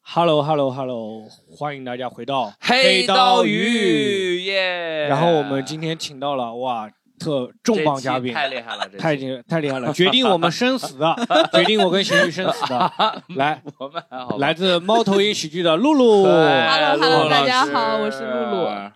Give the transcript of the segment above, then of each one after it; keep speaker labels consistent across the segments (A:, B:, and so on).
A: Hello Hello Hello，欢迎大家回到
B: 黑
A: 刀
B: 刀鱼耶！
A: 然后我们今天请到了哇，特重磅嘉宾，
B: 太厉害了，这期
A: 太厉太厉害了，决定我们生死 的，决定我跟邢玉生死的，来
B: 我们还好吧
A: 来自猫头鹰喜剧的露露，
B: 哎
C: Hello，Hello，
B: 陆老师
C: 大家好我是露露啊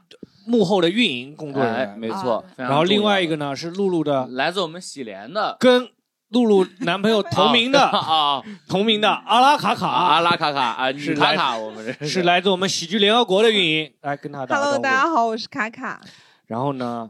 A: 幕后的运营工作人
B: 哎，
A: 员。
B: 没错。非常
A: 然后另外一
B: 重
A: 个呢是露露
B: 要
A: 的
B: 来自我们喜莲的
A: 跟露露男朋友同名的
B: 啊
A: 同名的阿拉卡
B: 啊阿
A: 卡，
B: 拉卡卡啊，
A: 是
B: 女
A: 来
B: 卡卡，我们这
A: 是来自我们喜剧联合国的运营，来跟他打个招
C: Hello，
A: 呼
C: 大家好，我是卡卡。
A: 然后呢，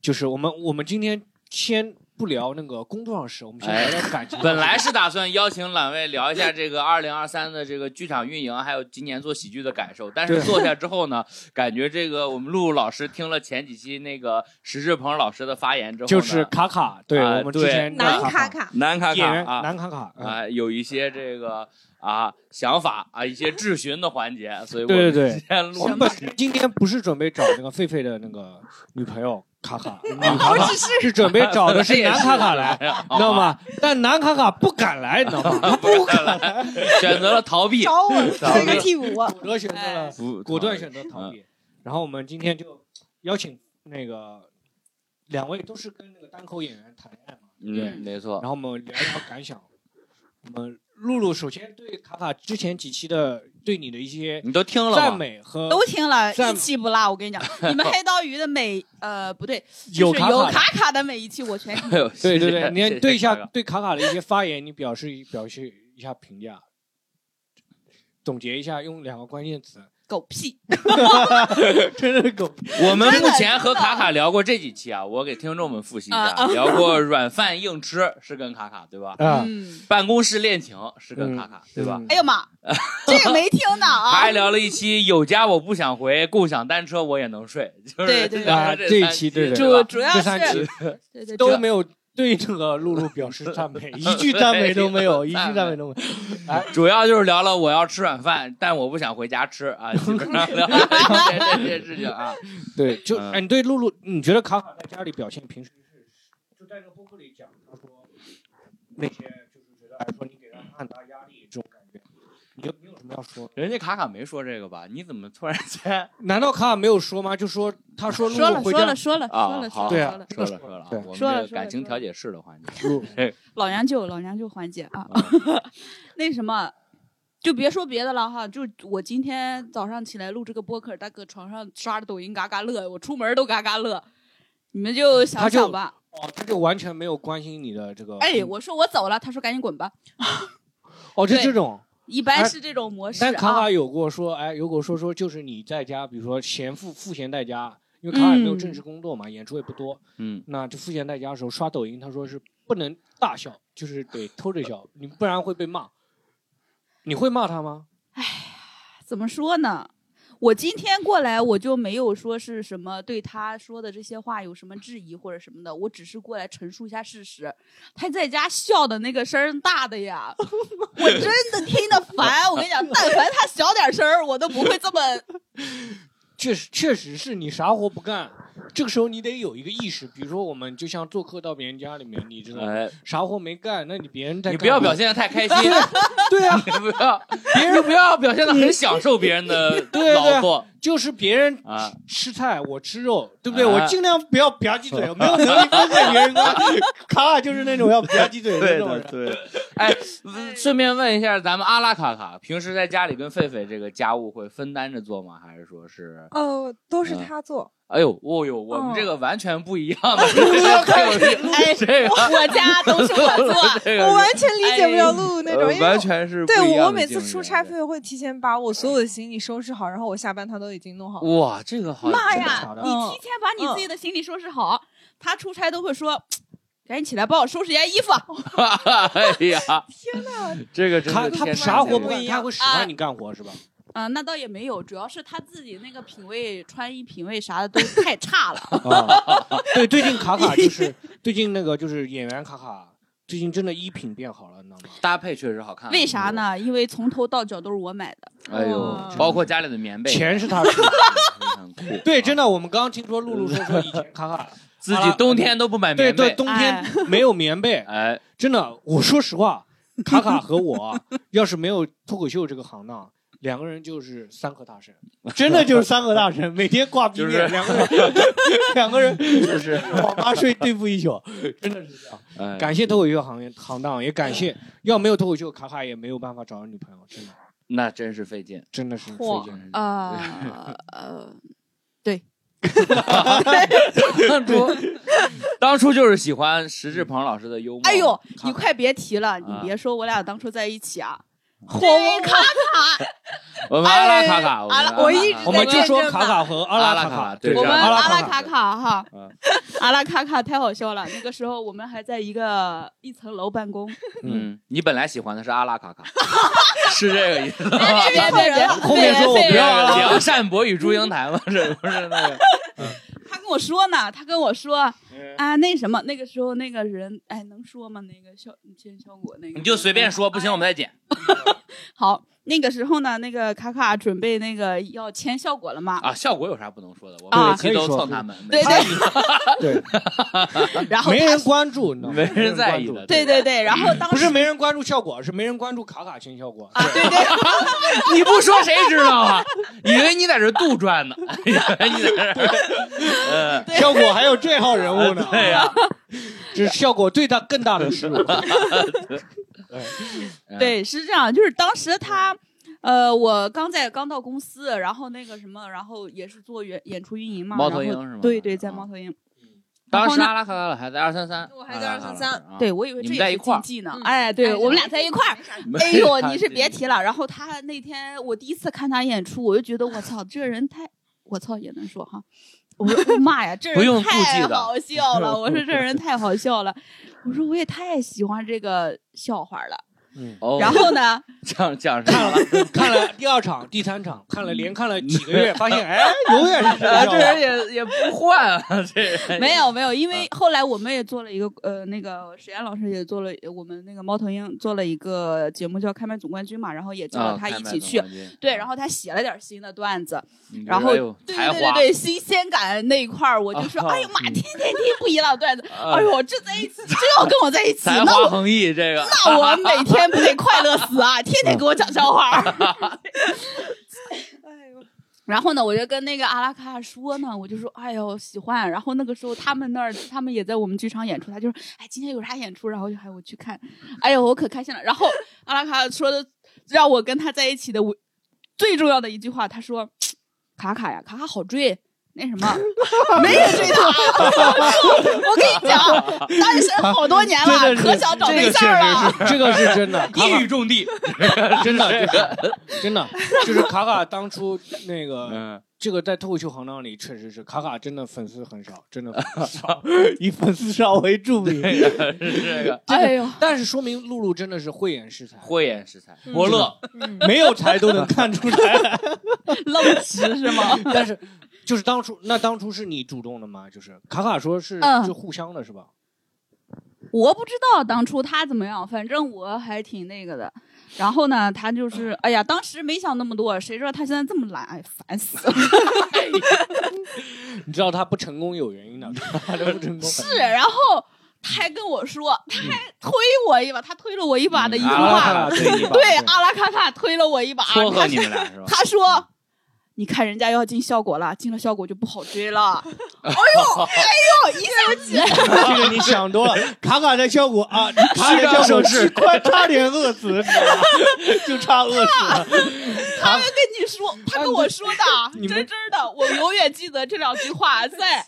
A: 就是我们我们今天先不聊那个工作上的事，我们先聊聊感情上的事。
B: 哎本来是打算邀请两位聊一下这个二零二三的这个剧场运营，还有今年做喜剧的感受。但是
A: 对
B: 坐下之后呢， 感觉这个我们陆老师听了前几期那个石志鹏老师的发言之后呢，
A: 就是卡卡，对、
B: 啊
A: 我们之
B: 对
A: 前
C: 南
A: 的
C: 卡
A: 卡
C: 卡，
B: 南卡卡
A: 演员
B: 啊，
A: 南卡卡，嗯
B: 啊，有一些这个啊想法啊，一些质询的环节，所以我
A: 对
B: 们
A: 对对。
B: 先录
A: 我们本今天不是准备找那个狒狒的那个女朋友卡卡，女卡
C: 我
A: 卡
C: 哦只是
A: 是准备找的是
B: 也啊
A: 南卡卡来，
B: 知
A: 知道？吗？但南卡卡不敢来，你知道吗？他不敢来，
B: 选择了逃避，
C: 找我
B: 找
C: 做
B: 你
C: 一个 替补。
A: 果断选择了
B: 哎不嗯
A: 果断选择逃避。然后我们今天就邀请那个两位都是跟那个单口演员谈恋爱嘛，
B: 嗯，没错
A: 然，后我们聊一聊感想。我们露露首先对卡卡之前几期的对你的一些
B: 你都听了
A: 赞
B: 吗？
A: 美和
D: 都听了，
A: 赞
D: 一期不落。我跟 你讲，你们黑刀鱼的每呃不对，就是
A: 有
D: 有
A: 卡卡
D: 卡
A: 的。
D: 卡的每一期我全听。
B: 哎呦
A: 对
B: 谢谢
A: 对对，
B: 谢
A: 你
B: 谢
A: 对一下
B: 大哥
A: 对卡卡的一些发言，你表示表示一下评价，总结一下，用两个关键词，
D: 狗屁！
A: 真的是狗屁
B: 我们目前和卡卡聊过这几期啊，我给听众们复习一
D: 啊
B: 下，聊过软饭硬吃是跟卡卡对吧？
A: 啊！
D: 嗯，
B: 办公室恋情是跟卡卡对吧？
A: 嗯
D: 哎呦妈，这个没听呢啊
B: 还！聊了一期有家我不想回，共享单车我也能睡，就是
D: 对对
B: 聊了
A: 对啊
B: 这三
A: 这一期对对
B: 吧
D: 主主要
A: 这
D: 是
A: 三期
D: 对对
A: 都
D: 对，
A: 没有对啊这个露露表示赞 美，一句赞美都没有，一句 赞美都没有。
B: 主要就是聊了我要吃软饭，但我不想回家吃 啊，基本上聊了这些这些事情啊。
A: 对，就
B: 嗯
A: 哎，你对露露，你觉得卡卡在家里表现平时是就在这个播客里讲，他说那些就是觉得哎说你给他很大压力这种感觉，你有你有什么要说的？
B: 人家卡卡没说这个吧？你怎么突然 间
A: 难道卡卡没有说吗？就说他说露
D: 说了
A: 露回
D: 说
A: 家
D: 了，说了说
B: 啊？
D: 了
B: 好，
D: 说
A: 对
D: 了
A: 啊
D: 说了，
B: 说了说了啊
A: 对，
B: 我们
D: 说了
B: 这个感情调解室的环节，
A: 露
D: 老娘舅老娘舅环节啊， 那什么。就别说别的了哈，就我今天早上起来录这个播客，大哥床上刷着抖音嘎嘎乐，我出门都嘎嘎乐，你们就
A: 他
D: 想
A: 就嗯
D: 想吧。
A: 哦，他就完全没有关心你的这个
D: 哎，我说我走了，他说赶紧滚吧。
A: 哦，就
D: 对
A: 这种。
D: 一
A: 哎
D: 般是这种模式
A: 但卡
D: 啊
A: 卡。有过说，哎，有过说说就是你在家，比如说闲赋赋闲在家，因
D: 嗯
A: 为卡卡也没有正式工作嘛，演出也不多，
B: 嗯，
A: 那就赋闲在家的时候刷抖音，他说是不能大笑，就是得偷着笑，你不然会被骂。你会骂他吗？
D: 怎么说呢？我今天过来，我就没有说是什么对他说的这些话有什么质疑或者什么的，我只是过来陈述一下事实。他在家笑的那个声儿大的呀， 我真的听得烦。我跟你讲，但凡他小点声儿，我都不会这么。
A: 确实，确实是你啥活不干，这个时候你得有一个意识。比如说，我们就像做客到别人家里面，你知道吗，
B: 哎，
A: 啥活没干，那你别人在
B: 你不要
A: 干
B: 表
A: 嘛
B: 现的太开 心，
A: 对啊，
B: 你不要，别人不要表现的很享受别人的
A: 对
B: 劳作
A: 就是别人
B: 啊。
A: 吃菜，我吃肉，对不对？
B: 啊
A: 我尽量不要吧唧嘴，我没有能力分辨别人 的。卡卡就是那种要吧唧嘴的那种人。
B: 对，哎，顺便问一下，咱们阿拉卡卡平时在家里跟狒狒这个家务会分担着做吗？还是说是？
C: 哦，都是
B: 嗯
C: 他做。
B: 哎呦，哦呦，我们
C: 哦
B: 这个完全不一样 的， 这个这个
D: 哎我家都是我做，
B: 嗯这
C: 我
B: 个
C: 完全理解不了露露那种，
B: 呃
C: 因为
B: 完
C: 我
B: 全是
C: 对
B: 不一
C: 我
B: 样
C: 我
B: 的啊
C: 每
B: 境
C: 次
B: 遇
C: 出差，会会提前把我所有的行李收拾好，然后我下班他都已经弄好了。
B: 哇，这个好
D: 妈
A: 好
D: 呀
A: 的！嗯
D: 你提前把你自己的行李收拾好，他出差都会说。赶紧起来帮我收拾一下衣服，
B: 哎呀，
C: 天哪！
B: 这个真
A: 他
B: 的
A: 他
B: 天
A: 啥
B: 上
A: 活
B: 掉
A: 不
B: 馅
A: 干，
B: 儿
A: 他会使唤你干活是吧？
D: 啊、那倒也没有，主要是他自己那个品味、穿衣品味啥的都太差 了。
A: 啊，对，最近卡卡就是最近那个就是演员卡卡，最近真的衣品变好了，你知道吗？
B: 搭配确实好看。
D: 为啥？呢？因为从头到脚都是我买的。
B: 哎呦
C: 哦，
B: 包括家里的棉被，
A: 钱是他出的。
B: 很酷。
A: 对，真
B: 的，
A: 的，我们刚刚听说露露说说以前卡 卡
B: 自己冬天都不买
A: 对
B: 棉
A: 对
B: 被。
A: 冬天没有棉被，
B: 哎，
A: 真的，我说实话，卡卡和我要是没有脱口秀这个行当，两个人就是三和大神，真的就是三和大神，每天挂逼面，
B: 就是
A: 两个人，两个人
B: 就是，
A: 网吧睡对付一宿，真的是这样。
B: 哎
A: 感谢脱口秀行业行当，也感
B: 嗯
A: 谢，要没有脱口秀，卡卡也没有办法找到女朋友，真的，
B: 那真是费劲。
A: 真的是费
C: 嚯
A: 劲。
B: 真是
D: 啊呃，
B: 当初，当初就是喜欢石志鹏老师的幽默。
D: 哎呦，
B: 看
D: 你快别提了，你
B: 啊
D: 别说我俩当初在一起啊，
C: 火
B: 我们阿拉卡卡，
D: 哎
B: 们
D: 我
B: 阿拉
D: 一
B: 卡
D: 直
B: 卡
D: 在
A: 我们就说
D: 见证吧
A: 卡卡和阿拉
B: 阿拉
A: 卡卡，
B: 卡对
D: 我
B: 是
D: 们
B: 啊
A: 阿
D: 阿
A: 拉
D: 拉
A: 卡卡，
D: 卡卡哈
B: 嗯，
D: 阿拉卡卡太好笑了。那个时候我们还在一个一层楼办公，
B: 嗯，你本来喜欢的是阿拉卡卡，是这个意思。
D: 别别别别，
A: 后面说我
D: 别
A: 不
D: 别
A: 要阿拉
B: 梁善博与祝英台吗？这不是那个
D: 他跟我说呢，他跟我说
A: 嗯
D: 啊，那什么，那个时候那个人，哎，能说吗？那个效见效果那个，
B: 你就随便说，不行我们再剪。
D: 好，那个时候呢，那个卡卡准备那个要签效果了嘛，
B: 啊，效果有啥不能说的？我
D: 啊
B: 们每期都蹭他们，
D: 对
B: 每期
A: 对，
D: 然后
A: 没
D: 他
A: 人关注，你知道吗？
B: 没人在意
A: 没人关注
B: 的。
D: 对对对，然后当
A: 不
D: 时
A: 是没人关注效果，是没人关注卡卡签效果。
D: 啊，对对，
B: 你不说谁知道啊？以为你在这杜撰呢， 以为你在这儿，呃，
A: 效果还有这号人物呢，
B: 对呀，
A: 这是效果最大更大的失误。
D: 对，是这样，就是当时他，呃，我刚在刚到公司，然后那个什么，然后也是做演演出运营嘛，
B: 猫
D: 然
B: 头鹰
D: 后
B: 是吗
D: 对对，在
B: 啊
D: 猫头鹰，
B: 当时
D: 然
B: 阿拉卡卡老还在二三三，
C: 我还在
B: 阿拉卡卡老
C: 233
B: 师啊，
D: 对我以为
B: 你
D: 这
B: 们在
D: 也
B: 一
D: 是
B: 块儿嗯
D: 禁忌呢，哎，对我们俩在一块儿，哎
B: 没
D: 呦，
B: 看
D: 你是
B: 见
D: 别提了。然后他那天我第一次看他演出，我就觉得我操，这人太，我操也能说哈。我说我妈呀，这
B: 不用
D: 人
B: 顾忌
D: 太
B: 的
D: 好笑了！我说这 人太好笑了，我说我也太喜欢这个笑话了。
A: 嗯，
B: 哦
D: 然后呢，
B: 讲讲啥
A: 看
B: 了？
A: 了看了第二场、第三场，看了连看了几个月，发现哎，永远是这个
B: 啊，
A: 效
B: 这
A: 果。
B: 人 也也不换啊，这人
D: 没有没有，
B: 嗯
D: 因为后来我们也做了一个呃，那个史岩老师也做了，我们那个猫头鹰做了一个节目叫《开麦总冠军》嘛，然后也叫
B: 啊
D: 他一
B: 开
D: 起。去。
B: 麦总冠军
D: 对，然后他写了点新的段子，
B: 嗯
D: 然后
B: 哎呦
D: 对
B: 才
D: 对对
B: 华，
D: 对，新鲜感那一块儿，我就说，
B: 啊
D: 哎呦妈，
B: 嗯
D: 天天听不一样的段子，
B: 啊
D: 哎呦，这在一起，真要跟我在一起，
B: 才
D: 那
B: 华
D: 我
B: 横溢，这个
D: 那我每天不得快乐死啊，天天给我讲笑话儿。
C: 哎呦，
D: 然后呢，我就跟那个阿拉卡说呢，我就说，哎呦，喜欢。然后那个时候他们那儿，他们也在我们剧场演出，他就说，哎，今天有啥演出？然后就喊我去看，哎呦，我可开心了。然后阿拉卡说的，让我跟他在一起的我最重要的一句话，他说，卡卡呀，卡卡好追。那什么，没人追他。 我跟你讲，单身好多年了，
A: 真的是
D: 可想找对象
B: 啊
D: 了。
A: 这个是真的，卡卡
B: 语重 地，
A: 真的就是真的就是卡卡当初那 个
B: 嗯，
A: 这个在脱口秀行当里确实是卡卡真的粉丝很少，真的粉丝 少，以粉丝少为著名。
B: 是这个
D: 哎呦，
A: 但是说明露露真的是慧眼识才，
B: 慧眼识才，
C: 嗯
B: 伯乐，
C: 嗯，
A: 没有才都能看出 来。
D: 愣直是吗？
A: 但是就是当初那当初是你主动的吗？就是卡卡说是、
D: 嗯
A: 是互相的是吧？
D: 我不知道当初他怎么样，反正我还挺那个的。然后呢，他就是，哎呀，当时没想那么多，谁知道他现在这么懒，哎，烦死了。
A: 你知道他不成功有原因的，他的不成功
D: 是，然后他还跟我说，他还推我一把，他推了我一把的一句
B: 嗯阿拉卡
A: 啊
B: 卡
D: 话，
B: 对你吧
D: 对，啊阿拉卡卡推了我一把，
B: 撮合
D: 他
B: 啊你们俩是吧？
D: 他说。你看人家要进效果了，进了效果就不好追了。 哎呦，哎呦，一 想起来，
A: 这个你想多 了。卡卡的效果啊，他的
B: 虚张
A: 效果
B: 声势
A: 是啊快差点饿死，你知道吗就差饿死了。
D: 他们跟你说，他跟我说的，
A: 你
D: 真
A: 们
D: 真的，我永远记得这两句话，在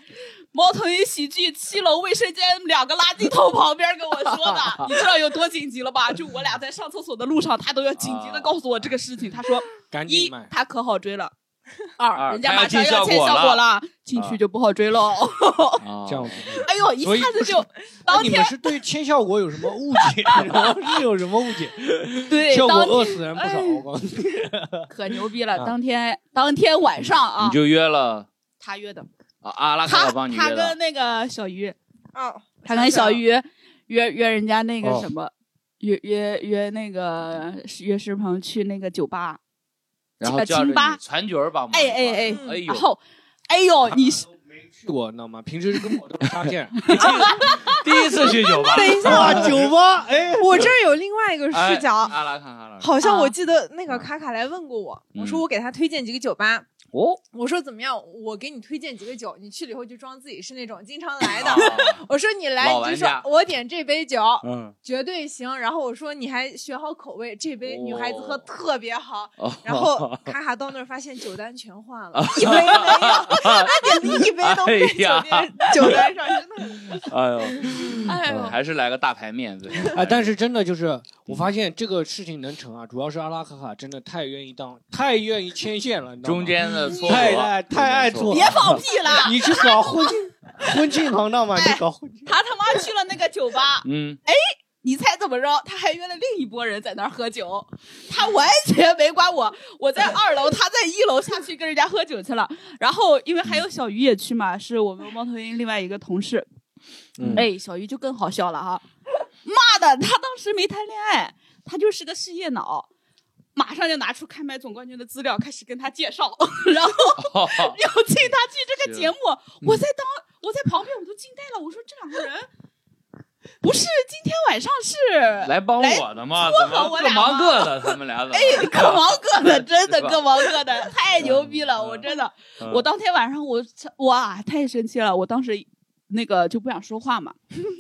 D: 猫头鹰喜剧七楼卫生间两个垃圾桶旁边跟我说的。你知道有多紧急了吧？就我俩在上厕所的路上，他都要紧急的告诉我这个事情。他说，
A: 赶
D: 一
A: 紧买，
D: 他可好追了。
B: 二
D: 二，人家马上要签
B: 他要进效
D: 效
B: 果
D: 果了，进去就不好追喽。
B: 哦
A: 这样子。
D: 哎呦，一下
A: 所
D: 子
A: 以
D: 就当
A: 你们
D: 天
A: 是对签效果有什么误解？ 是有什么误解？
D: 对
A: 效果
D: 当哎
A: 饿死人不少，我告诉你。
D: 可牛逼了。
A: 啊
D: 当天当天晚上
B: 你
D: 啊，
B: 就约了
D: 他约的，
B: 啊阿拉卡
D: 他
B: 卡帮你
D: 他
B: 约的
D: 跟，那个小鱼，
C: 哦，
D: 他跟小鱼约约人家那
A: 哦
D: 个什么，约约约那个约石鹏去那个酒吧，
B: 然后
D: 呃
B: 叫着
D: 秦巴
B: 你传角儿帮忙，
D: 哎哎哎
B: 哎呦
D: 然，后哎呦，你是
A: 没去过，你知道吗？平时跟我都是搭线，
D: 哎
A: 第一次去酒吧
C: 等一下，
E: 哇，酒吧，哎，
C: 我这儿有另外一个视角，
B: 哎阿拉看阿拉看
C: 好像
D: 啊
C: 我记得那个卡卡来问过我，我说
B: 嗯
C: 我给他推荐几个酒吧，
B: 哦，
C: 我说怎么样，我给你推荐几个酒，你去了以后就装自己是那种经常来 的。
B: 哦
C: 我说你来
B: 老
C: 你
B: 玩
C: 就说
B: 家
C: 我点这杯酒
B: 嗯，
C: 绝对行，然后我说你还选好口味，这杯女孩子喝
B: 哦
C: 特别好。
B: 哦
C: 然 后卡卡到那儿发现酒单全换了，一杯 没有，他点的一杯都
B: 哎
C: 被酒
B: 呀
C: 店 酒单上，真的很
B: 哎呦，
C: 哎呦。
B: 还是来个大排面最好。
A: 啊，但是真的就是，我发现这个事情能成啊，主要是阿拉卡卡真的太愿意当，太愿意牵线了，你知道吗
B: 中间的搓
A: 太
B: 合
A: 太
B: 中间
A: 太爱
B: 搓
A: 做
B: 合
D: 别放屁了，
A: 你去搞婚庆，婚庆行当嘛，你搞婚庆，
D: 他他妈去了那个酒吧，
B: 嗯，
D: 你猜怎么着？他还约了另一拨人在那儿喝酒，他完全没管我。我在二楼，他在一楼下去跟人家喝酒去了。然后因为还有小鱼也去嘛，是我们猫头鹰另外一个同事。
A: 嗯
D: 哎，小鱼就更好笑了哈， 妈的，他当时没谈恋爱，他就是个事业脑。马上就拿出开麦总冠军的资料开始跟他介绍， 然后
B: 哦
D: 邀请他去这个节目，我在当我在旁边我都惊呆了，我说这两个人不是今天晚上是
B: 来帮
D: 来
B: 我的嘛，
D: 撮
B: 怎
D: 合
B: 么
D: 我
B: 各
D: 俩
B: 忙
D: 吗
B: 各的，他们俩怎么？
D: 哎，各忙各的，真的
B: 是吧
D: 各忙各的，太牛逼了！
B: 嗯
D: 我真的，
B: 嗯
D: 我当天晚上我哇太生气了，我当时那个就不想说话嘛。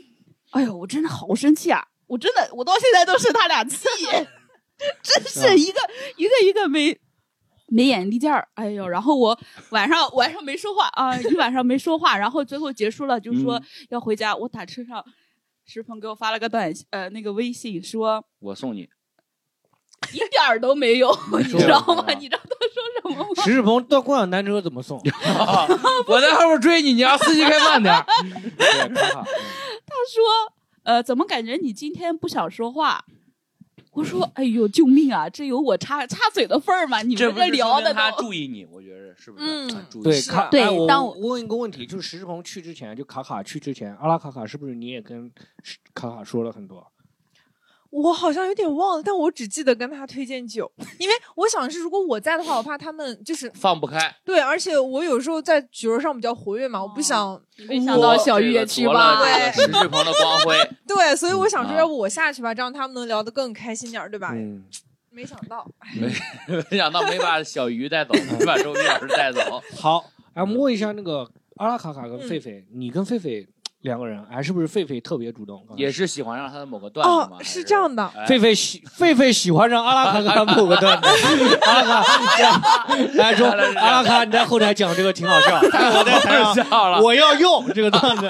D: 哎呦，我真的好生气啊！我真的，我到现在都是他俩气， 真是一个一个一个没没眼力劲儿。哎呦，然后我晚上晚上没说话啊、一晚上没说话，然后最后结束了就说
B: 嗯
D: 要回家。我打车上，石鹏给我发了个短信，呃那个微信说。
B: 我送你，
D: 一点儿都没有，你
B: 说
D: 知道
B: 什么
D: 吗？
B: 呀
D: 你知道他说什么吗？
A: 石志鹏到共享单车怎么 送？
B: 哦我在后面追你，你让司机开慢点儿。
A: 对，卡卡，
D: 他说，呃，怎么感觉你今天不想说话？我说，哎呦，救命啊！这有我插插嘴的份儿吗？你
B: 这
D: 们
B: 不是
D: 聊
B: 说明
D: 的
B: 他
D: 都，
B: 注意你，我觉得是不是？
C: 嗯
B: 他注意
A: 对，
B: 你
A: 卡，
D: 啊对
A: 哎我
D: 当我
A: 我问一个问题，就是石志鹏去之前，就卡卡去之前，阿拉卡卡是不是你也跟石卡卡说了很多？
C: 我好像有点忘了，但我只记得跟他推荐酒，因为我想是如果我在的话，我怕他们就是
B: 放不开。
C: 对，而且我有时候在局儿上比较活跃嘛，我不想
D: 没想到小鱼也去吧？
B: 这个夺了这个石志鹏的光辉，
C: 对，所以我想
B: 嗯
C: 说，
B: 啊
C: 要不我下去吧，这样他们能聊得更开心点儿，对吧？
A: 嗯，
C: 没想到，
B: 没想到没把小鱼带走，没把周斌老师 带走。
A: 好，哎，摸一下那个阿拉卡卡跟
C: 嗯
A: 狒狒，你跟狒狒两个人，哎，是不是狒狒特别主动？
B: 也
A: 是，
B: 是喜欢上他的某个段子吗？
C: 哦，
B: 还
C: 是
B: 是
C: 这样的，
B: 哎
A: 狒狒喜狒狒喜欢上阿拉卡卡某个段子，阿拉卡来说，阿拉卡你在后台讲这个挺好笑，但 是我在台上
B: 笑了，
A: 我要用这个段子，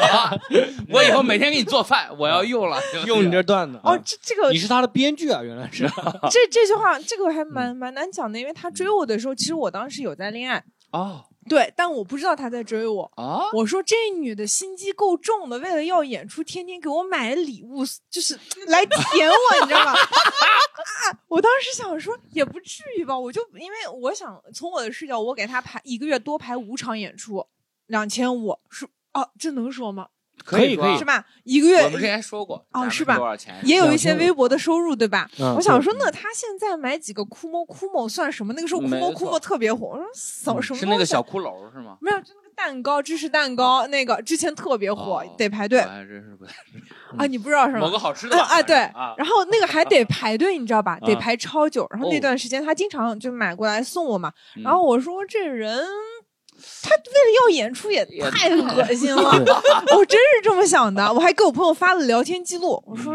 B: 我以后每天给你做饭，我要用了，
A: 用你这段
B: 嗯
A: 子。啊
C: 哦，，这这个
A: 你是他的编剧啊，原来是。
C: 这这句话，这个还蛮蛮难讲的，因为他追我的时候，其实我当时有在恋爱，
B: 哦
C: 对，但我不知道他在追我。
B: 啊，
C: 我说这女的心机够重的，为了要演出，天天给我买礼物，就是来舔我，你知道吗？ 啊！我当时想说，也不至于吧，我就因为我想从我的视角，我给他排一个月多排五场演出，两千五是哦，这能说吗？
A: 可以
B: 说啊
A: 可以
C: 是吧？一个
B: 我们之
C: 月
B: 前说过，
C: 哦
B: 咱们
C: 是吧
B: 多少钱？
C: 也有一些
A: 2500
C: 微薄的收入，对吧？
A: 嗯
C: 我想说，那他现在买几个酷猫酷猫算什么？那个时候酷猫
B: 没错嗯
C: 酷猫特别火，我说什么什么
B: 是那
C: 东
B: 个
C: 西
B: 小骷髅是吗？
C: 没有，就那个蛋糕芝士蛋糕，那个之前特别火
B: 哦，嗯
C: 得排队
B: 我还真是不太
C: 啊，你不知道是
B: 某
C: 吗？
B: 个好吃的
C: 嗯
B: 吧
C: 啊，对，
B: 啊，
C: 然后那个还得排队，你知道吧？
B: 啊
C: 得排超久。然后
B: 哦
C: 那段时间他经常就买过来送我嘛。
B: 嗯
C: 然后我说这人，他为了要演出也
B: 也
C: 太恶心了， 我真是这么想的。我还给我朋友发了聊天记录，我
B: 嗯
C: 说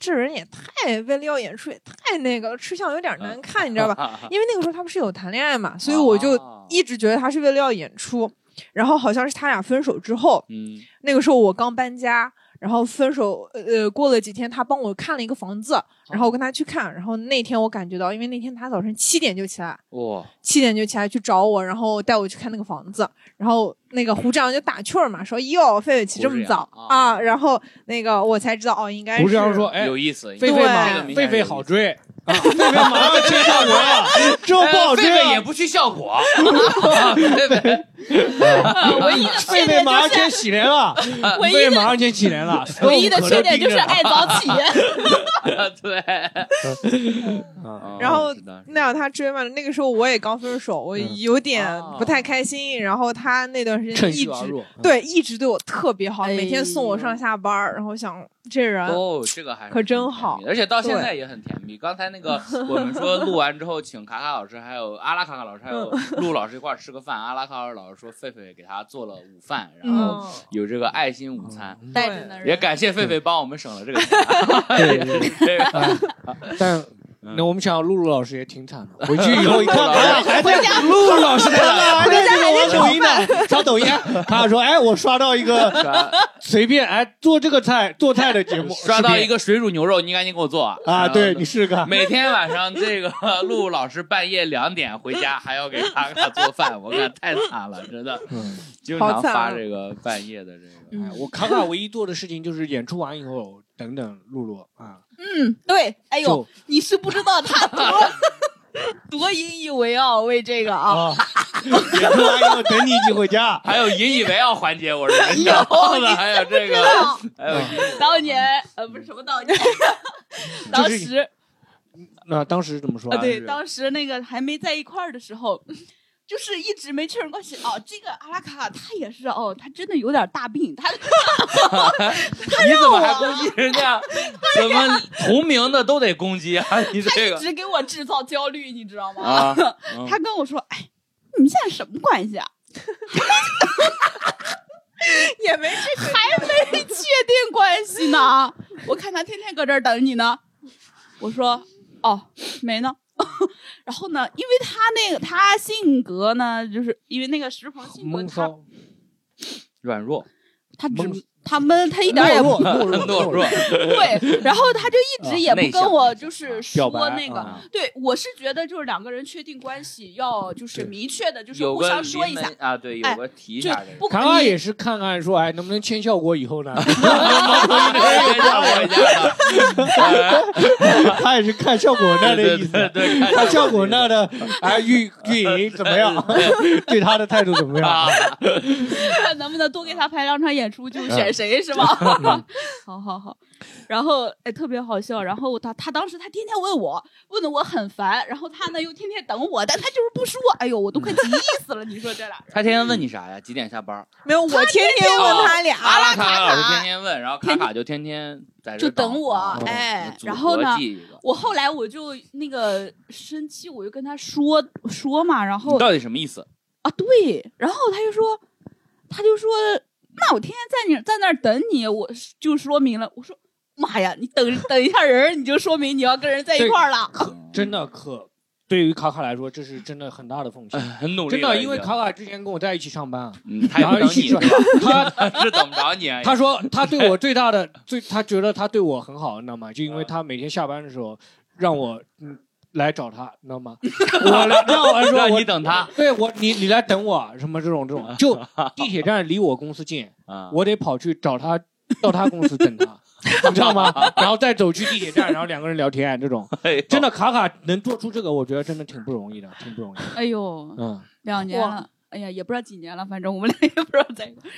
C: 这人也太为了要演出也太那个了，吃相有点难看，你知道 吧？
B: 吧？
C: 因为那个时候他不是有谈恋爱嘛，所以我就
B: 啊
C: 一直觉得他是为了要演出。然后好像是他俩分手之后，
B: 嗯
C: 那个时候我刚搬家，然后分手，呃呃，过了几天他帮我看了一个房子，然后我跟他去看，然后那天我感觉到，因为那天他早晨七点就起来，
B: 哇，
C: 七点就起来去找我，然后带我去看那个房子，然后那个胡志阳就打趣儿嘛，说哟，狒狒起这么早
B: 胡志阳啊
C: 啊然后那个我才知道哦，应该是
A: 不是要说，哎，
B: 有意思，
A: 狒狒
C: 对
A: 嘛
B: 这个，明显
A: 狒
B: 有意
A: 狒
B: 思
A: 好追啊，狒狒马上追上人了，这不好
B: 狒
A: 这样
B: 狒呃也不去效果， 啊对不对？
D: 唯一的
A: 狒
D: 缺
A: 狒
D: 点
A: 马上
D: 就
A: 先起来了，
D: 唯一
A: 狒狒马上先起来了。
D: 是唯一的缺点就是
B: 啊
D: 爱早 起。
B: 对。
A: 啊，
C: 然后
B: 哦知道
C: 那样他追嘛，那个时候我也刚分手，我
A: 嗯
C: 有点
B: 哦
C: 不太开心。然后他那段时间
A: 趁
C: 一
A: 虚而
C: 直
A: 入。
C: 对一直对我特别好，
D: 哎
C: 每天送我上下班儿。然后想这人，
B: 哦，这个还是
C: 可真
B: 挺甜
C: 好
B: 蜜的而且到现
C: 对
B: 在也很甜蜜。刚才那个 我们说录完之后，请卡卡老师还有阿拉卡卡老师还
C: 嗯
B: 有陆老师一块儿吃个饭。阿 拉卡老师说狒狒给他做了午饭，然后
C: 嗯，哦
B: 有这个爱心午餐，
D: 带着呢，
B: 嗯也感谢狒狒帮我们省了这个 钱啊。
A: 对对
B: 这个
A: 但
B: 嗯
A: 那我们想，露露老师也挺惨的，回去以后一看，
B: 露露
A: 卡
B: 老
A: 卡还在露露老师在那还在那个玩抖音呢，刷抖音。卡卡说：“哎，我刷到一个
B: 刷
A: 随便哎做这个菜做菜的节目，
B: 刷到一
A: 个
B: 个水煮牛肉，你赶紧给我做啊
A: 啊，对你。试试
B: 然后
A: 看。
B: 每天晚上，这个陆老师半夜两点回家，还要给卡卡做饭，我看太惨了，真的，
A: 嗯”
B: 经
C: 好
B: 常
C: 惨
B: 发
C: 啊
B: 这个半夜的这个。
A: 哎，我卡卡唯一做的事情就是演出完以后等等露露啊，
D: 嗯，对，哎呦
A: 就，
D: 你是不知道他多多引以为傲为这个
B: 哦
D: 啊，
A: 啊，演出完以后等你一起回家。
B: 还有引以为傲环节，我是没想到的，还有这个，还有引以
D: 当年呃不是什么 当年，当时
A: 那当时怎么说
D: 啊
A: 啊？
D: 对，
B: 是
D: 当时那个还没在一块儿的时候。 就是一直没确认关系哦，这个阿拉卡他也是哦，他真的有点大病，他
B: 你怎么还攻击人家？怎么同名的都得攻击啊？你这
D: 一
B: 个
D: 直给我制造焦虑，你知道吗？
B: 啊，嗯
D: 他跟我说，哎，你们现在什么关系啊？
C: 也没这个
D: 还哎没确定关系呢。我看他天天搁这儿等你呢。我说哦，没呢。 然后呢，因为他那个他性格呢，就是因为那个石鹏性格
A: 闷
D: 他
A: 骚，
B: 软弱，
D: 他
A: 懵
D: 只他闷，他一点儿也不
A: 懦弱，
B: 懦弱，
D: 会，然后他就一直也不跟
B: 啊
D: 我
B: 内向
D: 就是
A: 表
D: 说
A: 白
D: 那个。
A: 啊
D: 对，我是觉得就是两个人确定关系要就是
A: 对
D: 明确的，就是
B: 有
D: 互
B: 个
D: 相说一
B: 临
D: 下
B: 门，啊，对，有
D: 哎
B: 个提一
D: 就
B: 下这个。
D: 不可
A: 卡卡
D: 以
A: 也是看看说，哎，能不能签效果以后 呢？
B: 我一下，
A: 他也是看效果那的意
B: 对
A: 思，
B: 对，
A: 看效果那的哎运运营怎么样， 对他的态度怎么样？
B: 啊，
D: 看 能不能多给
A: 嗯
D: 他排两场演出就选谁 是吧？
B: 嗯
D: 好好好，然后哎特别好笑，然后他他当时他天天问我，问的我很烦，然后他呢又天天等我，但他就是不说，哎呦我都快急
A: 嗯
D: 死了，你说这俩人。
B: 他天天问你啥呀？几点下班？
C: 没有，我天天问他俩，
B: 阿拉卡老师天天问，然后卡卡就天天在这
D: 就等我
B: 等哦
D: 哎
B: 组
D: 然后
B: 合
D: 呢
B: 技一个
D: 我后来我就那个生气，我就跟他说说嘛，然后
B: 你到底什么意思？
D: 啊，对，然后他就说，他就说，那我天天在你在那儿等你，我是就说明了，我说妈呀，你等等一下人儿，你就说明你要跟人在一块儿了。
B: 嗯
A: 真的可对于卡卡来说，这是真的很大的奉献。
B: 哎很努力
A: 真
B: 了
A: 的，
B: 已经，
A: 因为卡卡之前跟我在一起上班，
B: 嗯他也
A: 然
B: 不
A: 后一
B: 等
A: 起
B: 你是
A: 转
B: 吧？，
A: 他
B: 他是等不着你啊。
A: 他说他对我最大 的最，他觉得他对我很好，你知道吗？就因为
B: 嗯
A: 他每天下班的时候让我嗯来找他，你知道吗？我来让我说
B: 让
A: 我
B: 你等他
A: 对我，你你来等我，什么这种这 种，就地铁站离我公司近，
B: 啊，
A: 我得跑去找他， 到他公司等 他，你知道吗？然后再走去地铁站，然后两个人聊天，这种 真
B: 的
A: 的卡卡能做出这个，我觉得真的挺不容易 的，挺不容易。
D: 哎呦，
A: 嗯，
D: 两年
C: 哇
D: 了，哎呀，也不知道几年了，反正我们俩 也不知道在一块儿。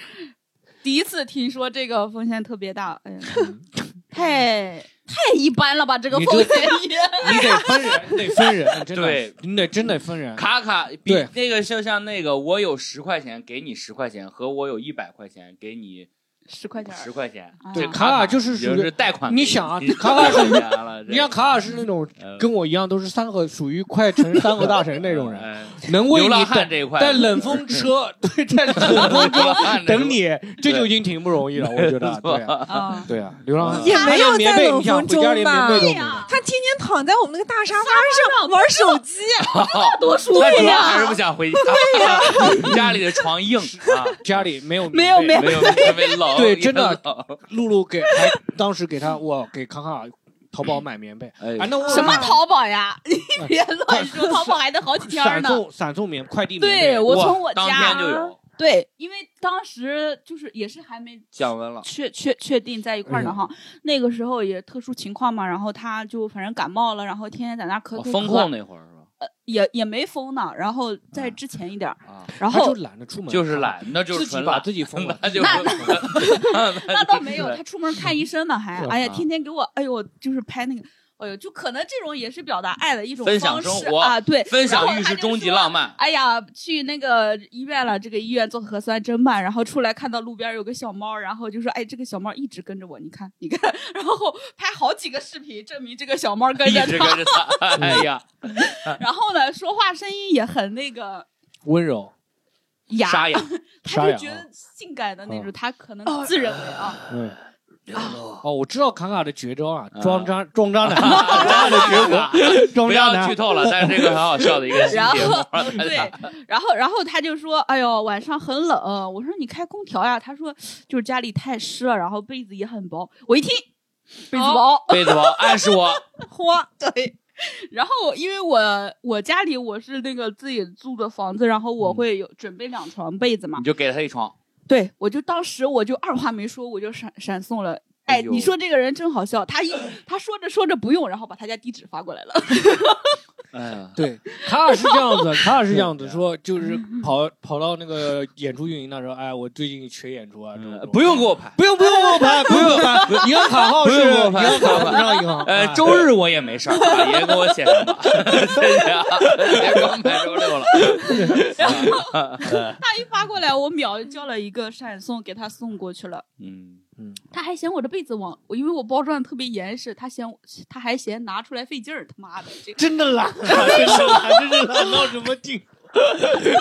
D: 第一次听说这个风险特别大，哎呀， 太太一般了吧？这个
A: 你
D: 风
A: 这
D: 险也
A: 你得分人，你得分 人，真的
B: 对，
A: 你得真得分 人。
B: 卡卡比
A: 对
B: 那个就像那个，我有十块钱给你十块钱，和我有一百块钱给你
D: 十块钱儿，
B: 十块钱。
A: 对，
D: 啊
A: 卡卡就是
B: 已
A: 属
B: 经
A: 于
B: 是，贷款给。
A: 你想啊
B: 已经
A: 卡卡是
B: 十块钱了，嗯
A: 你像卡卡是那种
B: 跟
A: 跟我一样都是三河，属于快成三河大神那种 人，
B: 人，
A: 能为
B: 嗯流
A: 你
B: 浪汉
A: 等
B: 这一块，
A: 在冷风车， 对，在冷风
B: 流
A: 车
B: 浪汉这一块
A: 等你，这就已经挺不容易了，我觉得。 对啊，
D: 啊，
A: 对啊，流浪汉
C: 也没有
A: 还棉
C: 在
A: 被，
C: 冷
A: 你想
C: 风
A: 回家连棉
C: 中吧？
A: 被都没
D: 对呀
A: 有。
C: 他天天躺在我们那个大沙发上玩手机，
D: 多舒
B: 那
D: 服
B: 主要还是
D: 呀
B: 不！想回家，对呀，家里的床硬啊，
A: 家里没有
D: 没有
A: 棉
D: 没
A: 被
D: 有
B: 没有特别冷，
A: 对真的
B: 也冷，
A: 露露给还当时给他我给康康淘宝买棉被，啊
B: 哎，
A: 那我
D: 什么淘宝呀？ 你别乱 说，淘宝还得好几天儿
A: 闪
D: 呢。
A: 送闪送棉快递棉被，
D: 对我
B: 哇
D: 从我
B: 当
D: 家
B: 天就有
D: 对，因为当时就是也是还没
B: 降温了，
D: 确确确定在一块儿
B: 嗯
D: 呢哈，那个时候也特殊情况嘛，然后他就反正感冒了，然后天天在那咳
B: 哦
D: 咳咳，
B: 风控那会儿是吧？
D: 也也没封呢，然后在之前一点儿，
B: 啊，
D: 然
A: 他就
D: 后
A: 懒得出门，
B: 就是懒，那就是
A: 自己
B: 纯
A: 把
B: 懒，
A: 自己封了。
B: 那就
D: 那
B: 那 呃
D: 那 倒没有，他出门看医生呢，还
A: 对
D: 哎呀，
B: 嗯啊
D: 天天给我哎呦，就是拍那个，哎呦，就可能这种也是表达爱的一种
B: 分享
D: 方式
B: 生活
D: 啊，对，
B: 分享欲
D: 然后他
B: 是
D: 就
B: 终极
D: 说
B: 浪漫。
D: 哎呀，去那个医院了，这个医院做核酸真慢，然后出来看到路边有个小猫，然后就说，哎，这个小猫一直跟着我，你看，你看，然后拍好几个视频证明这个小猫跟
B: 一
D: 着
B: 直跟
D: 他，
B: 着他， 哎
A: 嗯
B: 呀，
D: 然后呢，说话声音也很那个
A: 温柔，
D: 哑，
B: 沙 哑，
D: 他
A: 沙
D: 就
A: 哑
D: 觉
A: 啊
D: 得性感的那种，
A: 嗯
D: 他可能自认为啊，
A: 嗯。哦，我知道卡卡的绝招啊，
B: 啊
A: 装渣装渣男， 装
B: 不
A: 渣
B: 要
A: 男
B: 剧。透了，但是这个很好笑的一个新
D: 然
B: 节目
D: 后。 对，然后然后他就说，哎呦，晚上很冷，我说你开空调呀，他说就是家里太湿了，然后被子也很薄，我一听被
B: 哦
D: 子薄。
B: 被子王暗示我，
C: 嚯，对，
D: 然后因为我我家里我是那个自己租的房子，然后我
A: 嗯
D: 会有准备两床被子嘛
B: 你。就给他一床，
D: 对，我就当时我就二话没说，我就闪闪送了。
B: 哎
D: 哎，
B: 呦
D: 你说这个人真好笑，他一他说着说着不用，然后把他家地址发过来了。
B: 哎呀，
A: 对，卡尔是这 样子，卡尔是这样子
B: 对啊
A: 说，就是跑跑到那个演出运营那时候，哎，我最近缺演出啊，这种
B: 呃不用给我拍，
A: 不用不用给我拍，不用给我拍，银行卡号是
B: 不用给我
A: 银
B: 拍
A: 行卡不让银行。
B: 呃，
A: 哎
B: 周日我也没 事儿，啊爷给我写什么？谢谢啊，别给我买周六了。
D: 他一发过来，我秒叫了一个闪送给他送过去了。
B: 嗯，
D: 他还嫌我的被子往，我因为我包装的特别严实，他嫌我他还嫌拿出来费劲儿。他妈的，这
A: 真的懒啊，真的懒，真的懒到什么地步？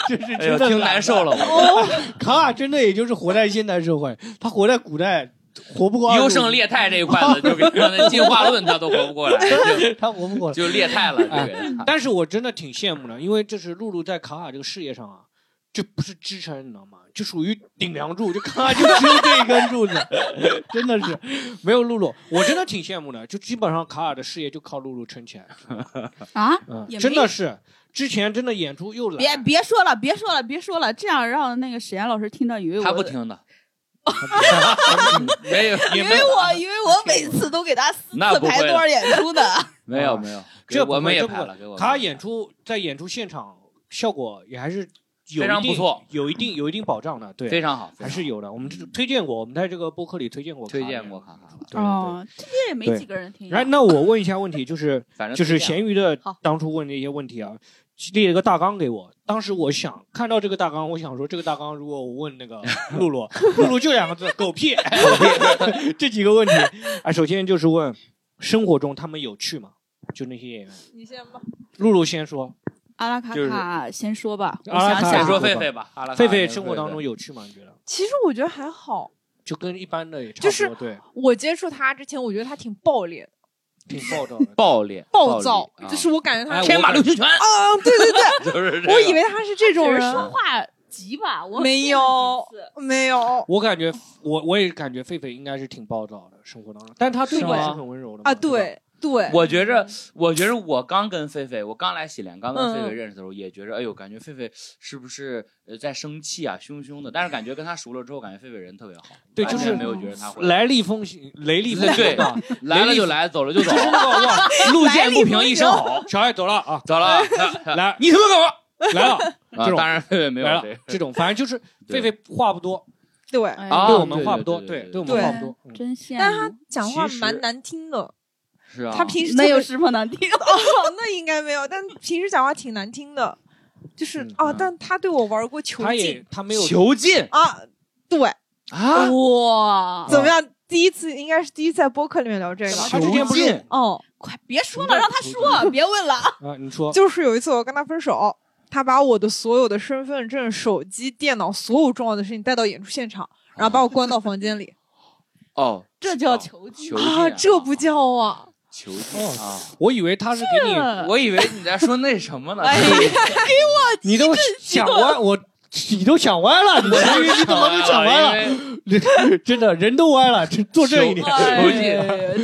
A: 真是
B: 哎
A: 真
B: 呦，
A: 的
B: 听
A: 懒
B: 难受了，我
A: 哦，卡尔真的也就是活在现代社会，他活在古代活不过
B: 优胜劣汰这一块子，就给让那进化论他都活 不过来，
A: 汰，他活不过
B: 就
A: 来。
B: 就劣汰了。
A: 哎
B: 这个人
A: 但是我真的挺羡慕的，因为这是露露在卡卡这个事业上啊，这不是支撑，你知道吗？就属于顶梁柱，就卡卡就只有这一根柱子，真的是没有露露，我真的挺羡慕的。就基本上卡尔的事业就靠露露撑起来，
D: 啊，
A: 嗯，
D: 也没
A: 真的是之前真的演出又
D: 别
A: 懒，
D: 别说了，别说了，别说了，这样让那个史岩老师听到以为我
B: 他不 听的，没有，
D: 以
B: 也没
D: 为
B: 有，
D: 我以为我每次都给他 私
B: 那
D: 自
B: 不会
D: 排多少演出呢。
B: 没有，没有，
A: 啊这不会
B: 我们也
A: 这不会
B: 拍了，给我们
A: 卡尔演出在演出现场效果也还是有
B: 非
A: 一
B: 常
A: 定
B: 不错，
A: 有一定有一定保障的，对，
B: 非常好，非常
A: 还
B: 好
A: 是有的。我们这推荐过，我们在这个播客里推荐过卡尔
B: 推
A: 演，
B: 荐过卡卡了，
A: 对。对对，
D: 哦这边也没几个人听。啊
A: 然后那我问一下问题，就是
B: 反正
A: 就是
B: 推荐
A: 咸鱼的
D: 好
A: 当初问的一些问题啊，列了个大纲给我。当时我想看到这个大纲，我想说这个大纲如果我问那 个露露，露露就两个字狗屁。这几个问题啊，首先就是问生活中他们有趣吗？就那些演员，
C: 你先吧。
A: 露露先说，
D: 阿拉卡
B: 就是
D: 卡先说吧，我
A: 阿拉
D: 想
A: 卡
B: 先
D: 想
B: 说
D: 啊，
B: 狒狒吧，阿拉卡
A: 狒
B: 先
A: 狒
B: 说
A: 生活当中有趣吗？你觉得
C: 其实我觉得还好，
A: 就跟一般的也差
C: 就
A: 不
C: 是
A: 多， 对，
C: 我接触他之前，我觉得他挺暴烈的、
A: 挺暴躁的。
B: 暴烈、
C: 暴躁，
B: 啊
C: 就是我感觉他
B: 哎
C: 是
B: 天马流星拳，
C: 啊，对对对，
B: 就是这个
C: 我以为他是这种
D: 有
C: 人
D: 人，说话急吧？我
C: 没
D: 见了几次
C: 没有
A: 我感觉，我我也感觉狒狒应该是挺暴躁的，生活当中，但他对你
B: 是
A: 是
B: 吗
A: 很温柔的嘛
C: 啊，
A: 对吧，
C: 对对，
B: 我觉着，我觉着我刚跟狒狒，我刚来喜莲，刚跟狒狒
C: 嗯
B: 认识的时候，也觉着，哎呦，感觉狒狒是不是呃在生气啊，凶凶的？但是感觉跟他熟了之后，感觉狒狒人特别好，
A: 对
B: 完
A: 就是
B: 全没有觉得他会
A: 来历风行， 雷厉风行
B: 对
A: 啊，
B: 来了就来，走了就走
A: 就，是那个哇，
B: 路见不平一声吼，
A: 小爱走了 啊，
B: 走了，
A: 来
B: 你他妈干嘛？
A: 来了，
B: 啊
A: 这种
B: 当然狒 狒没有
A: 来
B: 这
A: 了，这种反正就是狒
B: 对
A: 狒话不多，
C: 对，
D: 哎
B: 啊
A: 对我们话不多，
B: 对对
A: 对我
B: 对
A: 们话不多，嗯
D: 真羡
C: 但是
D: 慕
C: 他。讲话
A: 其实
C: 蛮难听的，
B: 是啊，
C: 他平时特
D: 没
C: 别
D: 有石破难听，
C: 哦，那应该没有，但平时讲话挺难听的，就是
A: 嗯
C: 啊，
B: 嗯
C: 但他对我玩过囚
A: 他也
C: 禁
A: 他没有
B: 囚禁
C: 啊，对，
B: 啊，
D: 哇
C: 怎么样？第一次应该是第一次在播客里面聊这个，
A: 他
B: 囚
A: 之前不
B: 禁
A: 是
C: 哦，
D: 快别说
A: 什么
D: 了，
A: 叫
D: 让他说，别问了。
A: 啊，你说
C: 就是有一次我跟他分手，他把我的所有的身份证、手机、电脑所有重要的事情带到演出现场，然后把我关到房间里
B: 哦，
D: 这叫
B: 囚
D: 囚禁
B: 囚禁
C: 啊，这不叫啊，
B: 囚禁啊。
A: 我以为他是给你，
B: 我以为你在说那什么呢？
D: 哎
B: 就是
A: 你都讲完我。你都想歪了，你你怎么都想歪了？
B: 啊因为
A: 真的人都歪了，这坐这一点。
D: 哎
B: 手
A: 啊，
B: 手机手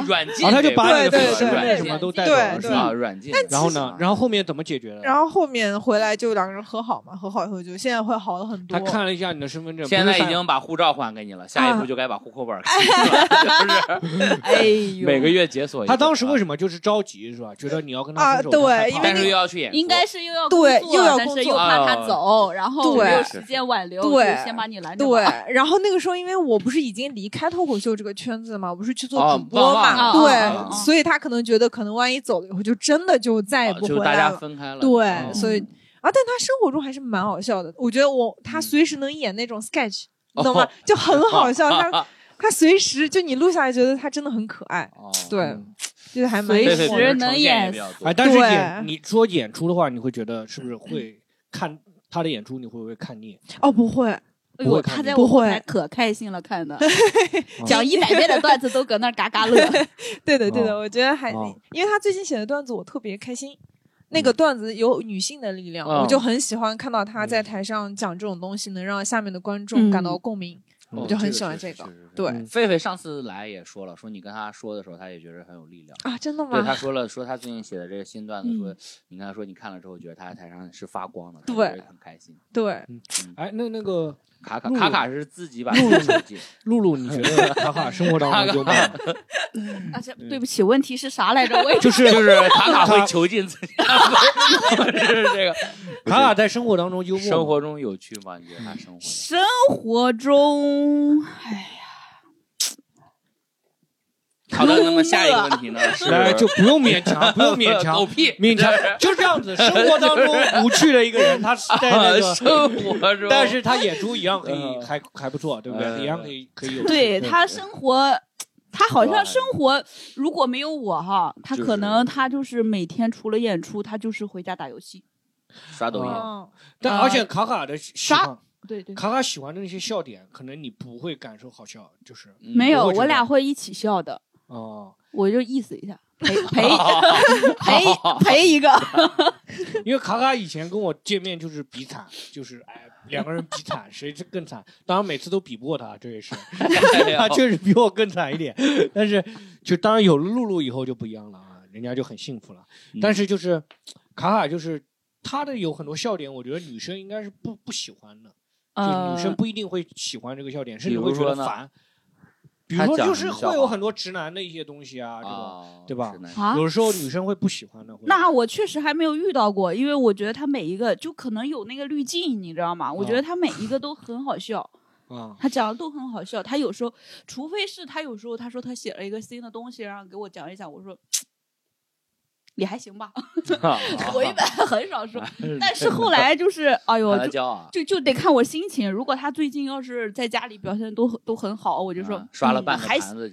B: 机软件
A: 他就把你的
C: 对
A: 粉
C: 对
A: 丝
C: 对
A: 软
C: 对
A: 什么都带
B: 带
A: 走了，
C: 对
A: 是
B: 是
C: 对
A: 吧
B: 吧？？啊软件，
A: 然后呢？然后后面怎么解决的？
C: 然后后面回来就两个人和好嘛，和好以后就现在会好了很多。
A: 他看了一下你的身份证，
B: 现
A: 不
B: 在
A: 是
B: 已
A: 三
B: 经把护照还给你了，下一步
C: 啊
B: 就该把户口本儿给你了， 是不是？
D: 哎呦，
B: 每个月解锁一个。
A: 他当时为什
B: 么？
A: 么就是着急是吧？觉得你要跟他
C: 啊
A: 分手，
C: 对
A: 他害怕
C: 因为
B: 但是又
C: 那
B: 要去演出，
D: 应该是又要
C: 对
D: 工作
C: 又要
D: 但
C: 工
D: 是
C: 作
D: 又怕他
B: 哦
D: 走，然后
C: 对
D: 没有时间挽留，
C: 对
D: 就先把你拦着
C: 对
D: 吧。，
C: 然后那个时候，因为我不是已经离开脱口秀这个圈子嘛，我不是去做
B: 哦
C: 主播嘛，
D: 忘了
C: 对，
B: 哦哦哦
C: 所以他可能觉得，可能万一走了以后，就真的就再也
B: 哦
C: 不回
B: 就大
C: 来
B: 家
C: 了。
B: 分开了。
C: 对，
B: 嗯
C: 所以啊，但他生活中还是蛮好笑的。我觉得我他随时能演那种 sketch，、你懂吗
B: 哦？
C: 就很好笑。他
B: 啊
C: 他随时就你录下来，觉得他真的很可爱，
B: 哦
C: 对，
A: 嗯
C: 就是还蛮
D: 随
B: 对对
D: 时
B: 对
D: 能
B: 呈现
D: 演
B: 也比较多
A: 哎，但是
C: 对
A: 演你说演出的话，你会觉得是不是会看他的演出，你会不会看腻？
C: 哦，不会，
D: 哎
A: 不
D: 呦，
A: 会看
D: 他在
A: 你
D: 我
C: 不
D: 后
C: 会
D: 台可开心了，看 的讲一百遍的段子都搁那儿嘎嘎乐。
C: 对的，对的，
A: 哦
C: 我觉得还
A: 哦，
C: 因为他最近写的段子我特别开心，那个段子有女性的力量，
B: 嗯
C: 我就很喜欢看到他在台上讲这种东西，能让下面的观众感到共鸣。
A: 嗯
C: 我就很喜欢这个。
B: 哦是是是是
C: 对
B: 是狒狒上次来也说了，说你跟他说的时候，他也觉得很有力量。
C: 啊，真的
B: 对，他
C: 吗？
B: 说了，说他最近写的这个新段子，
D: 嗯
B: 说你看，说你看了之后，觉得他在台上是发光的，他
C: 对
B: 觉得很开心。
C: 对，
A: 哎，那那个
B: 卡卡
A: 录
B: 卡卡是自己把自己手机，
A: 露露，你觉得卡卡生活当中有吗？
D: 而且对不起，问题是啥来 着？我也
A: 就是
B: 就是卡卡会囚禁自己， 是这个
A: 卡卡在生活当中幽默吗，
B: 生活中有趣吗？你觉得他生活中？
D: 生活中，哎呀，
B: 好的，那么下一个问题呢？是
A: 来哎就不用勉强，不用勉强
B: 狗，屁
A: 勉强就这样子。生活当中无趣的一个人，他 是啊在那个，
B: 生活中，
A: 但是他演出一样可以
B: 嗯
A: 还还不错，对不对？
B: 嗯
A: 一样可以可以有趣。
D: 对他生活。他好
B: 对
D: 像生活如果没有我哈，他
B: 就是
D: 可能他就是每天除了演出，他就是回家打游戏。
B: 刷抖音，
C: 哦，
A: 但而且卡卡的喜
D: 啥
A: 欢，
D: 对对，
A: 卡卡喜欢的那些笑点，可能你不会感受好笑，就是
B: 嗯
D: 没有，
A: 我会觉得
D: 我俩会一起笑的，
A: 哦，
D: 我就意思一下，陪 陪陪陪一个。
A: 因为卡卡以前跟我见面就是比惨，就是哎两个人比惨，谁是更惨？当然每次都比不过他，这也是
B: 哎
A: 他确实比我更惨一点。但是就当然有了露露以后就不一样了啊，人家就很幸福了。
B: 嗯
A: 但是就是卡卡就是他的有很多笑点，我觉得女生应该是不不喜欢的，就
D: 呃
A: 女，生不一定会喜欢这个笑点，甚
B: 比
A: 至会
B: 如
A: 觉
B: 说
A: 得
B: 呢
A: 烦。比
B: 他
A: 如说
B: 讲
A: 就
B: 什
A: 是
B: 么笑
A: 会有
B: 话
A: 很多直男的一些东西啊，这种
B: 哦
A: 对吧
B: 是那样
D: 啊，
A: 有时候女生会不喜欢的。会
D: 那我确实还没有遇到过，因为我觉得他每一个就可能有那个滤镜，你知道吗？我
B: 哦
D: 觉得他每一个都很好笑，
A: 啊，
D: 他讲的都很好笑。他有时候，除非是他有时候他说他写了一个新的东西，然后给我讲一讲，我说。也还行吧，
B: 啊
D: 我一般很 少说，
A: 嗯
D: 但是后来就是，哎呦
B: 把，他
D: 就
B: 教啊，
D: 就就得看我心情。如果他最近要是在家里表现都很都很好，我就说、
B: 嗯刷了半
D: 嗯
B: 个
D: 还
B: 盘子，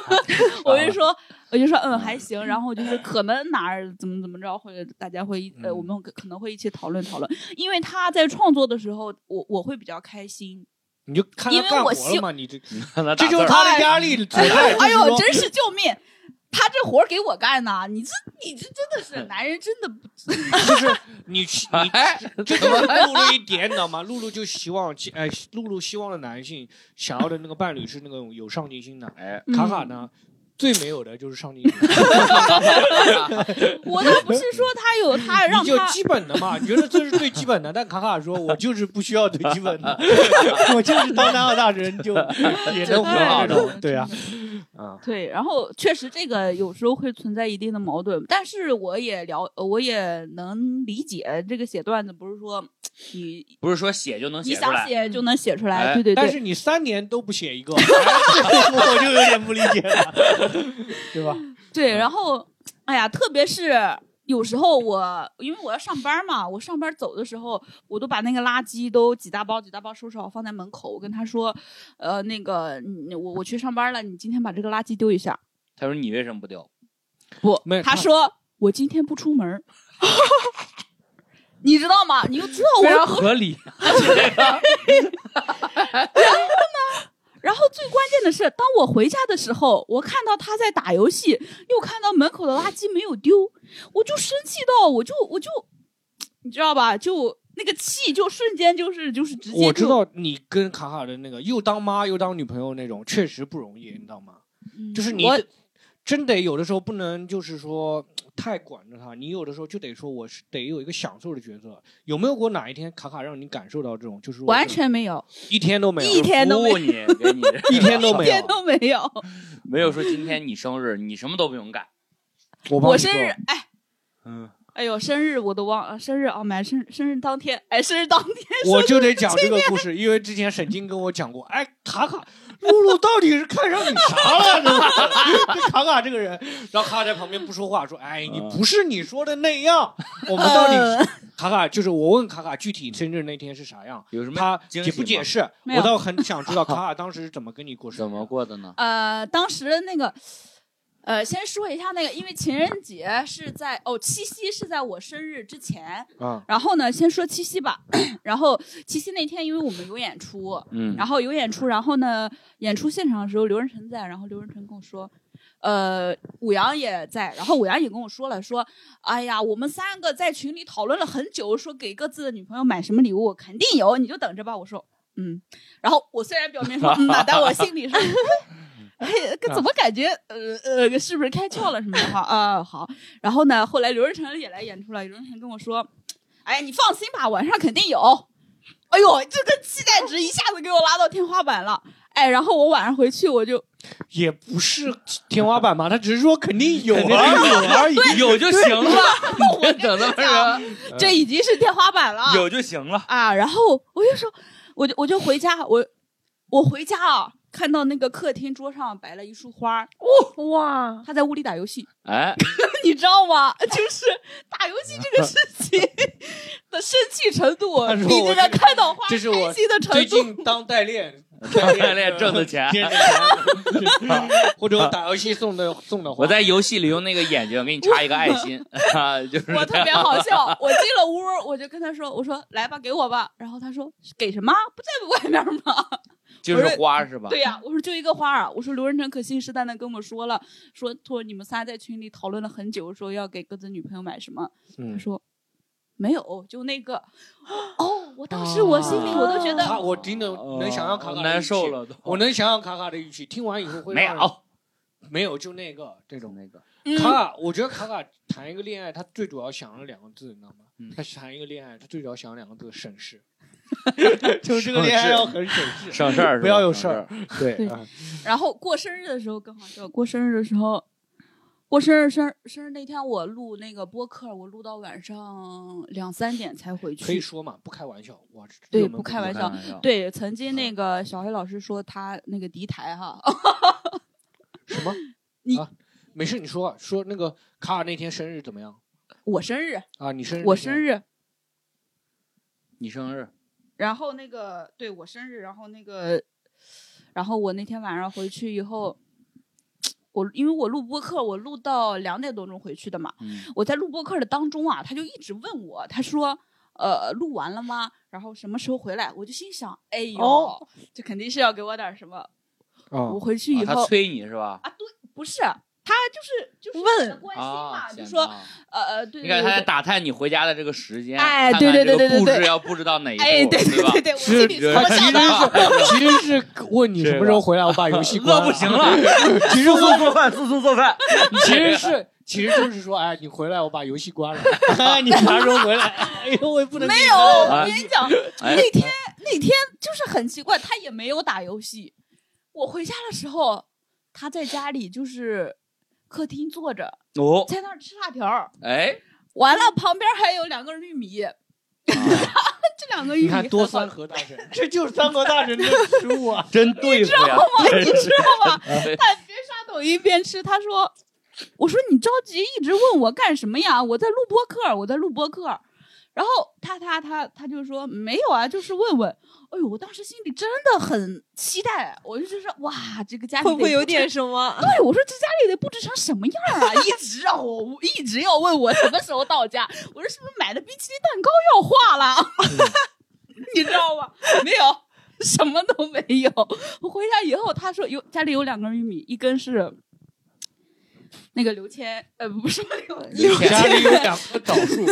D: 我就说，我就说，嗯，
B: 嗯
D: 还行。然后就是可能哪儿怎么怎么着，或者大家会一呃，
A: 嗯
D: 我们可可能会一起讨论讨论。因为他在创作的时候，我我会比较 开心。
A: 你就看他
D: 因为
A: 干
D: 我
A: 活
D: 希
A: 了嘛，你这
B: 这
A: 这就是他的压力所在。
D: 哎
A: 就是
D: 呦，
A: 说
D: 真是救命！他这活儿给我干呐！你这你这真的是男人，真的不
A: 就是你去你
B: 哎，
A: 这就是露露一点，你知道吗？露露就希望，哎，露露希望的男性想要的那个伴侣是那种有上进心的。
B: 哎，
A: 嗯
D: 嗯
A: 卡卡呢，最没有的就是上进心，
D: 我倒不是说他 有他 让
A: 你就
D: 他
A: 基本的 嘛，你觉得这是最基本的。但卡卡说，我就是不需要最基本 的， 我就是当男二大人就也能活
B: 哎
A: 到这种，对啊，啊，
D: 对，然后确实这个有时候会存在一定的矛盾，但是我也了，呃我也能理解这个写段子不是说你
B: 不是说写就能
D: 你
B: 写出
D: 想
B: 来，
D: 写就能写出来，
B: 哎
D: 对对
A: 但
D: 对。
A: 是你三年都不写一个， 我就有点不理解了，对吧？
B: 嗯
D: 对，然后，哎呀，特别是有时候我，因为我要上班嘛，我上班走的时候，我都把那个垃圾都几大包几大包收拾好放在门口。我跟他说，呃，那个你我我去上班了，你今天把这个垃圾丢一下。
B: 他说你为什么不丢？
D: 不
A: 没，
D: 他说我今天不出门儿。 你知道吗？你就知道我
B: 非常合理，
D: 然后最关键的是，当我回家的时候，我看到他在打游戏，又看到门口的垃圾没有丢，我就生气到我就我就，你知道吧？就那那个气就瞬间就是就是直接就
A: 我知，道你跟卡卡的那个又当妈又当女朋友那种，确实不容易，你知道吗？
D: 嗯
A: 就是你
D: 我
A: 得真得有的时候不能就是说太管着他，你有的时候就得说我是得有一个享受的角色。有没有过哪一天卡卡让你感受到这种就是说
D: 完全没有，
A: 一天都没有
D: 一天都没
B: 服务你，给你
A: 一天都没
D: 一天
A: 有？
D: 都没有。
B: 没有说今天你生日，你什么都不用干。
A: 我帮
D: 我
A: 你
D: 生
A: 做
D: 日，哎
B: 嗯，
D: 哎呦，生日我都忘了，生日啊，买生生日当天，哎，生日当天，
A: 我就得讲这个故事，因为之前沈晶跟我讲过，哎，卡卡，露露到底是看上你啥了？是吧？ 这卡卡这个人，然后卡卡在旁边不说话，说，哎，
B: 嗯
A: 你不是你说的那样，我们到
D: 嗯
A: 底 卡卡就是我问卡卡具体生日那天是啥样，
B: 有什么
A: 他
B: 惊
A: 解
B: 喜
A: 不解
B: 吗
A: 释？
D: 没
A: 我
D: 有
A: 倒很想知道卡卡当时是怎么跟你过生
B: 怎
A: 日
B: 么
A: 的。
B: 过的呢？
D: 呃，当时那个，呃，先说一下那个，因为情人节是在哦，七夕是在我生日之前。
A: 啊？
D: 然后呢，先说七夕吧。 然后七夕那天，因为我们有演出，
B: 嗯
D: 然后有演出，然后呢，演出现场的时候，刘仁成在，然后刘仁成跟我说，呃，武阳也在，然后武阳也跟我说了，说，哎呀，我们三个在群里讨论了很久，说给各自的女朋友买什么礼物，肯定有，你就等着吧。我说，嗯，然后我虽然表面说嗯呐，但我心里是。哎，怎么感觉呃呃，是不是开窍了什么的哈啊？好，然后呢，后来刘仁成也来演出了，刘仁成跟我说：“哎，你放心吧，晚上肯定有。”哎呦，这个期待值一下子给我拉到天花板了。哎，然后我晚上回去我 就
A: 也不是天花板吧，他只是说肯定有
B: 肯定
A: 啊，有而已。
B: 有就行了，别等到
A: 啊
B: 人
D: 这已经是天花板了。
B: 有就行了。
D: 啊，然后我就说，我就我就回家，我我回家啊，看到那个客厅桌上摆了一束花儿，
C: 哇，
D: 他在屋里打 游戏，
B: 哎，
D: 你知道吗？就是打游戏这个事 情的生气程度，
A: 他说
D: 比
A: 我
D: 这个
A: 这
D: 看到花
A: 这是我
D: 开心的程
A: 最
D: 度
A: 近当代练，
B: 代练挣的 钱
A: 挣的钱或者我打游戏送的送的花
B: 我。在游戏里用那个眼睛给你插一个爱心， 啊，就是
D: 我特别好笑，我进了屋，我就跟他说：“我说来吧，给我吧。”然后他说：“给什么？不在外面吗
B: 就是花是吧？”？
D: 对呀、我说就一个花儿啊。我说刘仁成可信誓旦旦跟我说了，说说你们仨在群里讨论了很久，说要给各自女朋友买什么。他
A: 嗯，
D: 说没有，就那个。哦，我当时我心里我都觉
A: 他
B: 哦
D: 得，
A: 我真的能想象卡卡的语气
B: 难受，了都，
A: 我能想象卡卡的语气，听完以后会
B: 没
A: 让人
B: 有
A: 没有就那个这种。
B: 那个
A: 卡
D: 嗯，
A: 卡，我觉得卡卡谈一个恋爱，他最主要想了两个字，你知道吗
B: 嗯？
A: 他谈一个恋爱，他最主要想两个字：省事。 就是这个恋爱要很省事。
B: 省事儿是吧，
A: 不要有事
B: 省
A: 儿
B: 儿。
A: 对啊
D: 对然后过生日的时候更好笑，过生日的时候。过生日生生日那天，我录那个播客，我录到晚上两三点才回去。
A: 可以说嘛，不开玩笑。哇，这
D: 对
A: 热门
D: 不开
A: 话
D: 玩
B: 开
D: 笑
B: 玩笑，
D: 对，曾经
B: 嗯
D: 那个小黑老师说他那个敌台哈，
A: 什么？
D: 你
A: 啊没事，你说啊说那个卡卡那天生日怎么样
D: 我生日，
A: 啊？你生日
D: 我
A: 那天
D: 生日，
B: 你生日，
D: 然后那个对我生日，然后那个，然后我那天晚上回去以后，我因为我录播客，我录到两点多钟回去的嘛，
B: 嗯，
D: 我在录播客的当中啊，他就一直问我，他说。呃，录完了吗？然后什么时候回来？我就心想，哎呦，
C: 哦
D: 这肯定是要给我点什么。
A: 啊
D: 我，回去以
B: 啊他
D: 后，
B: 催你是吧？
D: 不是他就是就是
C: 问
D: 想关心嘛，
B: 啊，
D: 就
B: 显
D: 说
B: 得啊
D: 呃呃，对
B: 你
D: 对
B: 看他
D: 对
B: 在
D: 对，
B: 打探你回家的这个时间，
D: 哎
B: 看看
D: 对对对
B: 这个
D: 对对对
B: 故事要布置到哪一步，
D: 哎，对
B: 对
D: 对
B: 吧
D: 对？对，我心里
B: 是
D: 怎 么想的？
A: 其实是问你什么时候回来，我把游戏
B: 饿
A: 关
B: 不
A: 了。
B: 行了，
A: 其实 我
B: 做饭，速速做饭。
A: 其实是，其实就是说，哎，你回来，我把游戏关了。 哎，你啥时候回来？哎呦，我也不能
D: 没有，我
B: 啊
D: 跟你 讲，
B: 哎
D: 那天那天就是很奇怪，他也没有打游戏。我回家的时候，他在家里就是客厅坐着，
B: 哦，
D: 在那儿吃辣条儿，
B: 哎，
D: 完了旁边还有两根玉米，这两个玉
A: 你
D: 米
A: 看多
D: 很
A: 三
D: 好
A: 河大神，这就是三河大神的食物啊！
B: 真对付呀！
D: 你知道吗？
B: 对
D: 他边刷抖音边吃，他说：“我说你着急，一直问我干什么呀？我在录播客，我在录播客。”然后他他他他就说没有啊，就是问问。哎呦，我当时心里真的很期待，我就觉得哇，这个家里
C: 会不会
D: 哎得
C: 有
D: 布置
C: 点什么？
D: 对，我说这家里得布置成什么样啊？一直让我一直要问我什么时候到家。我说是不是买的冰淇淋蛋糕要化了？你知道吗？没有，什么都没有。我回家以后，他说有家里有两根玉米，一根是那个刘谦，呃，不是刘
B: 刘谦
A: 家里有两棵枣树，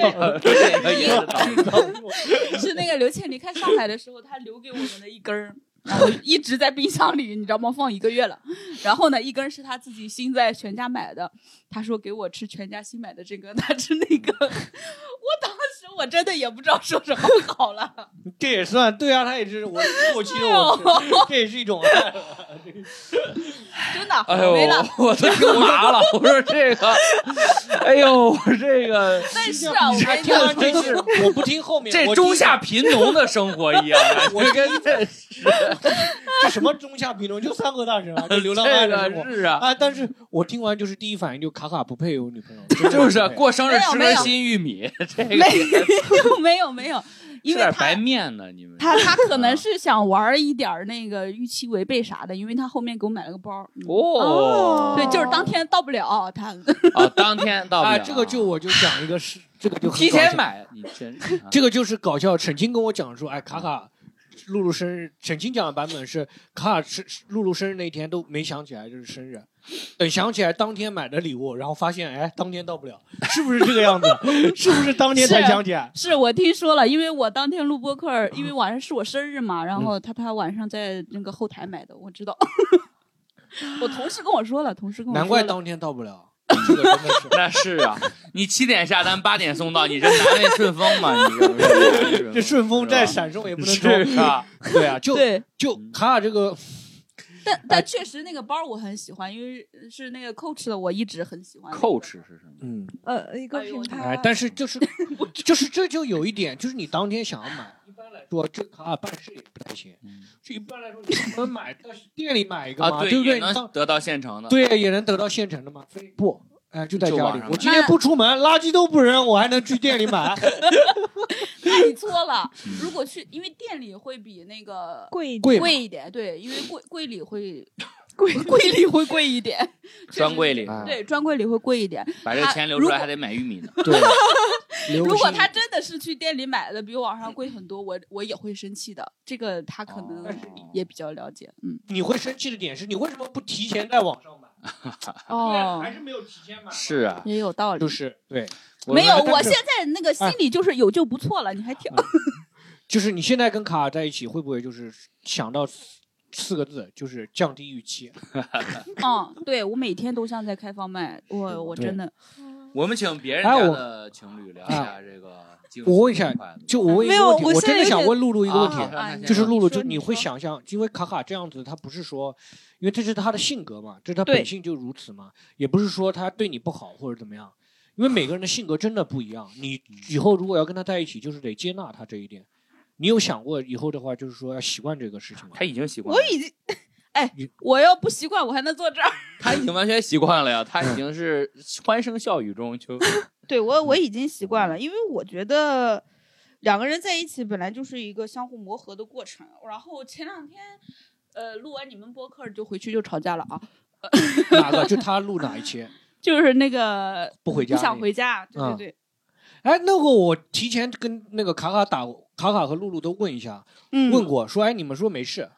B: 也是倒
D: 是那个刘倩离开上海的时候，她留给我们的一根儿，然后一直在冰箱里，你知道吗？放一个月了。然后呢，一根是她自己新在全家买的，她说给我吃全家新买的这个，她吃那个。我当时我真的也不知道说什么好了。
A: 这也算对啊，他也是我过期了，我吃 这也是一种哎爱。
D: 真的，
B: 哎呦
D: 没了。，
B: 我都听麻了。我说这个，哎呦，我这个
D: 但是啊，我跟你
A: 听完
D: 讲，
A: 这句，我不听后面，
B: 这
A: 我听
B: 中下贫农的生活一样，啊我跟这
A: 这什么中下贫农，就三个大神 啊，就流浪汉
B: 这
A: 的
B: 个
A: 生活
B: 是啊，
A: 啊。但是我听完就是第一反应就卡卡不配有女 朋友，啊
B: 就是过生日
D: 没有
B: 吃
D: 没
B: 根
D: 有
B: 新玉米，这个
D: 没有没有没有，因
B: 吃
D: 为
B: 点
D: 她
B: 白面呢，你们
D: 她她可能是想玩一点儿那个预期违背啥的，因为她后面给我买了个包儿。
B: 哦，
D: 对，就是当天到不了，她
B: 啊，当天到不
A: 啊，
B: 了
A: 这个就我就讲一个是，这个就很
B: 提
A: 搞
B: 前
A: 笑
B: 买，你真是啊
A: 这个就是搞笑。沈清跟我讲说，哎，卡卡露露生日，沈清讲的版本是卡卡生露露生日那天都没想起来这是生日，等想起来当天买的礼物，然后发现哎当天到不了，是不是这个样子？是不是当天才想起来？
D: 是我听说了，因为我当天录播客， 因为晚上是我生日嘛，
A: 嗯
D: 然后他他晚上在那个后台买的，我 知道。我同事跟我说了，同事跟我说了
A: 难怪当天到不了，这个真的是。
B: 那是啊，你七点下单，八点送到，你这难为顺丰 嘛？你这
A: 这顺丰再
B: 闪
A: 闪送也不能
B: 是
A: 通，
B: 啊，
A: 对啊，就
D: 对，
A: 就卡卡这个哎
D: 但但确实那个包我很喜欢，因为是那个 Coach 的，我一直很喜欢那个。
B: Coach 是什么？
A: 嗯，
C: 呃，一个
D: 哎呦
C: 品
D: 我的
C: 牌
A: 哎，，但是 就是就是这就有一点，就是你当天想要买，一般来说这卡卡办事也不太行。就一般来说，你们买到店里买一个嘛，
B: 嗯啊，
A: 对不
B: 也
A: 对？你
B: 能
A: 当
B: 得到现成的。
A: 对也能得到现成的嘛，非不。哎，就在
B: 就
A: 家
B: 网
A: 里
B: 上。
A: 我
B: 买
A: 今天
D: 那
A: 不出门，垃圾都不扔，我还能去店里买。
D: 那你错 了，如果去，因为店里会比那个
C: 贵一
A: 嗯
C: 点
A: 贵嘛
D: 贵一点，对，因为柜柜里会柜柜里会贵一点，
B: 专柜里
A: 哎
D: 对，专柜里会贵一点。
B: 把这钱
A: 啊
B: 留出来还得买玉米呢。
A: 对，留个
D: 如果
A: 心
D: 他真的是去店里买的，比网上贵很多，我我也会生气的。这个他可
B: 哦
D: 能也比较了解，嗯，
A: 你会生气的点是你为什么不提前在网上买？啊
D: 哦
A: 对， 还是没有提前买嘛。
B: 是啊，
D: 啊也有道理。
A: 就是对，
B: 我
D: 没有，
A: 但是哎
D: 我现在那个心里就是有就不错了，你还挺
A: 啊就是你现在跟卡卡在一起，会不会就是想到四四个字，就是降低预期？哎
D: 嗯，对我每天都像在开放麦，我我真的
B: 我们请别人
A: 哎
B: 家
A: 我啊
B: 的情侣聊一下这个精神
A: 我问一下
B: 愉快的
A: 就我问一
C: 没
A: 个
C: 有
A: 问题，
C: 我
A: 我
C: 现在
A: 真的
C: 有
A: 想
C: 点
A: 问露露一个问题，
B: 啊
D: 啊
A: 就是露露，
C: 你说
A: 就
C: 你
A: 你会
C: 说
A: 想象，因为卡卡这样子，他不是说，因为这是他的性格嘛，这是他
D: 对
A: 本性就如此嘛，也不是说他对你不好或者怎么样，因为每个人的性格真的不一样。你以后如果要跟他在一起，就是得接纳他这一点。你有想过以后的话，就是说要习惯这个事 情吗
B: 他？已经习惯
D: 我
B: 了，
D: 已经。哎
A: 你，嗯
D: 我要不习惯，我还能坐这儿。
B: 他已经完全习惯了呀，他已经是欢声笑语 中就
E: 对我
A: 嗯
E: 我已经习惯了，因为我觉得两个人在一起本来就是一个相互磨合的过程。
D: 然后前两天，呃，录完你们播客就回去就吵架了啊，
A: 哪个？就他录哪一期
D: 就是那个
A: 不回家？
D: 不想。回家，对对
A: 嗯
D: 对，
A: 哎，那个我提前跟那个卡卡打卡卡和露露都问一下，
E: 嗯，
A: 问过说，哎，你们说没事，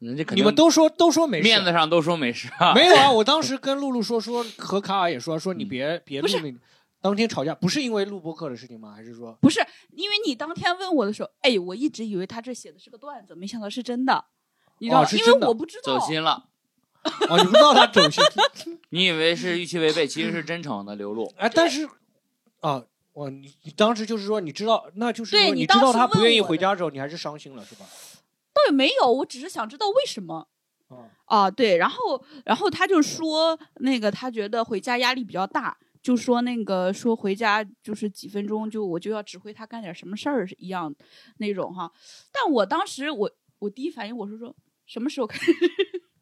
B: 人家肯
A: 你
B: 定
A: 们都说都说没事，
B: 面子上都说没事啊。
A: 没有 啊，我当时跟露露说说，和卡尔也说说你
D: 嗯
A: 别别录那，当天吵架不是因为录播客的事情吗？还是说
D: 不是，因为你当天问我的时候，哎，我一直以为他这写的是个段子，没想到是真的，你知道
A: 哦
D: 吗？
A: 是
D: 因
A: 真的
D: 为我不知道
B: 走，心了，
A: 哦你不知道他走心？
B: 你以为是预期违背，其实是真诚的 流露。
A: 哎，但是啊，我你你当时就是说你知道，那就是
D: 对
A: 因为
D: 你
A: 知道
D: 当时
A: 他不愿意
D: 问我
A: 回
D: 的
A: 家的时候，你还是伤心了是吧？
D: 倒也没有，我只是想知道为什么。
A: 啊，
D: 啊，对，然后，然后他就说，那个他觉得回家压力比较大，就说那个说回家就是几分钟就我就要指挥他干点什么事儿一样那种哈。但我当时我我第一反应我是说什么时候开始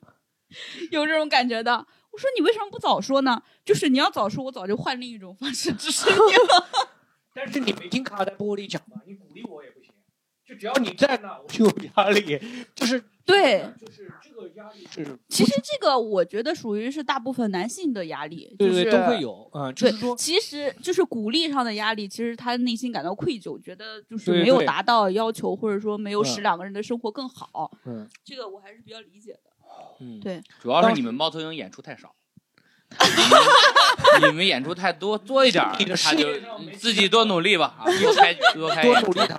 D: 有这种感觉的？我说你为什么不早说呢？就是你要早说，我早就换另一种方式支持你了。
A: 但是你没听卡尔在播客里讲吧？你鼓励我也不行，就只要你在那，我就有压力，就是
D: 对，
A: 就是这个压力是。
D: 其实这个我觉得属于是大部分男性的压力，
A: 对
D: 就
A: 对，
D: 嗯是
A: 都会有啊、就是说，
D: 其实就是鼓励上的压力，其实他内心感到愧疚，觉得就是
A: 对
D: 没有
A: 对
D: 达到要求，或者说没有使
A: 嗯
D: 两个人的生活更好。
A: 嗯
D: 这个我还是比较理解的。
A: 嗯，
D: 对
B: 主要是你们猫头鹰演出太少，你们你 们演出太多多一点儿，他就自己多努力吧，啊多开多开
A: 多
B: 演
A: 努力他。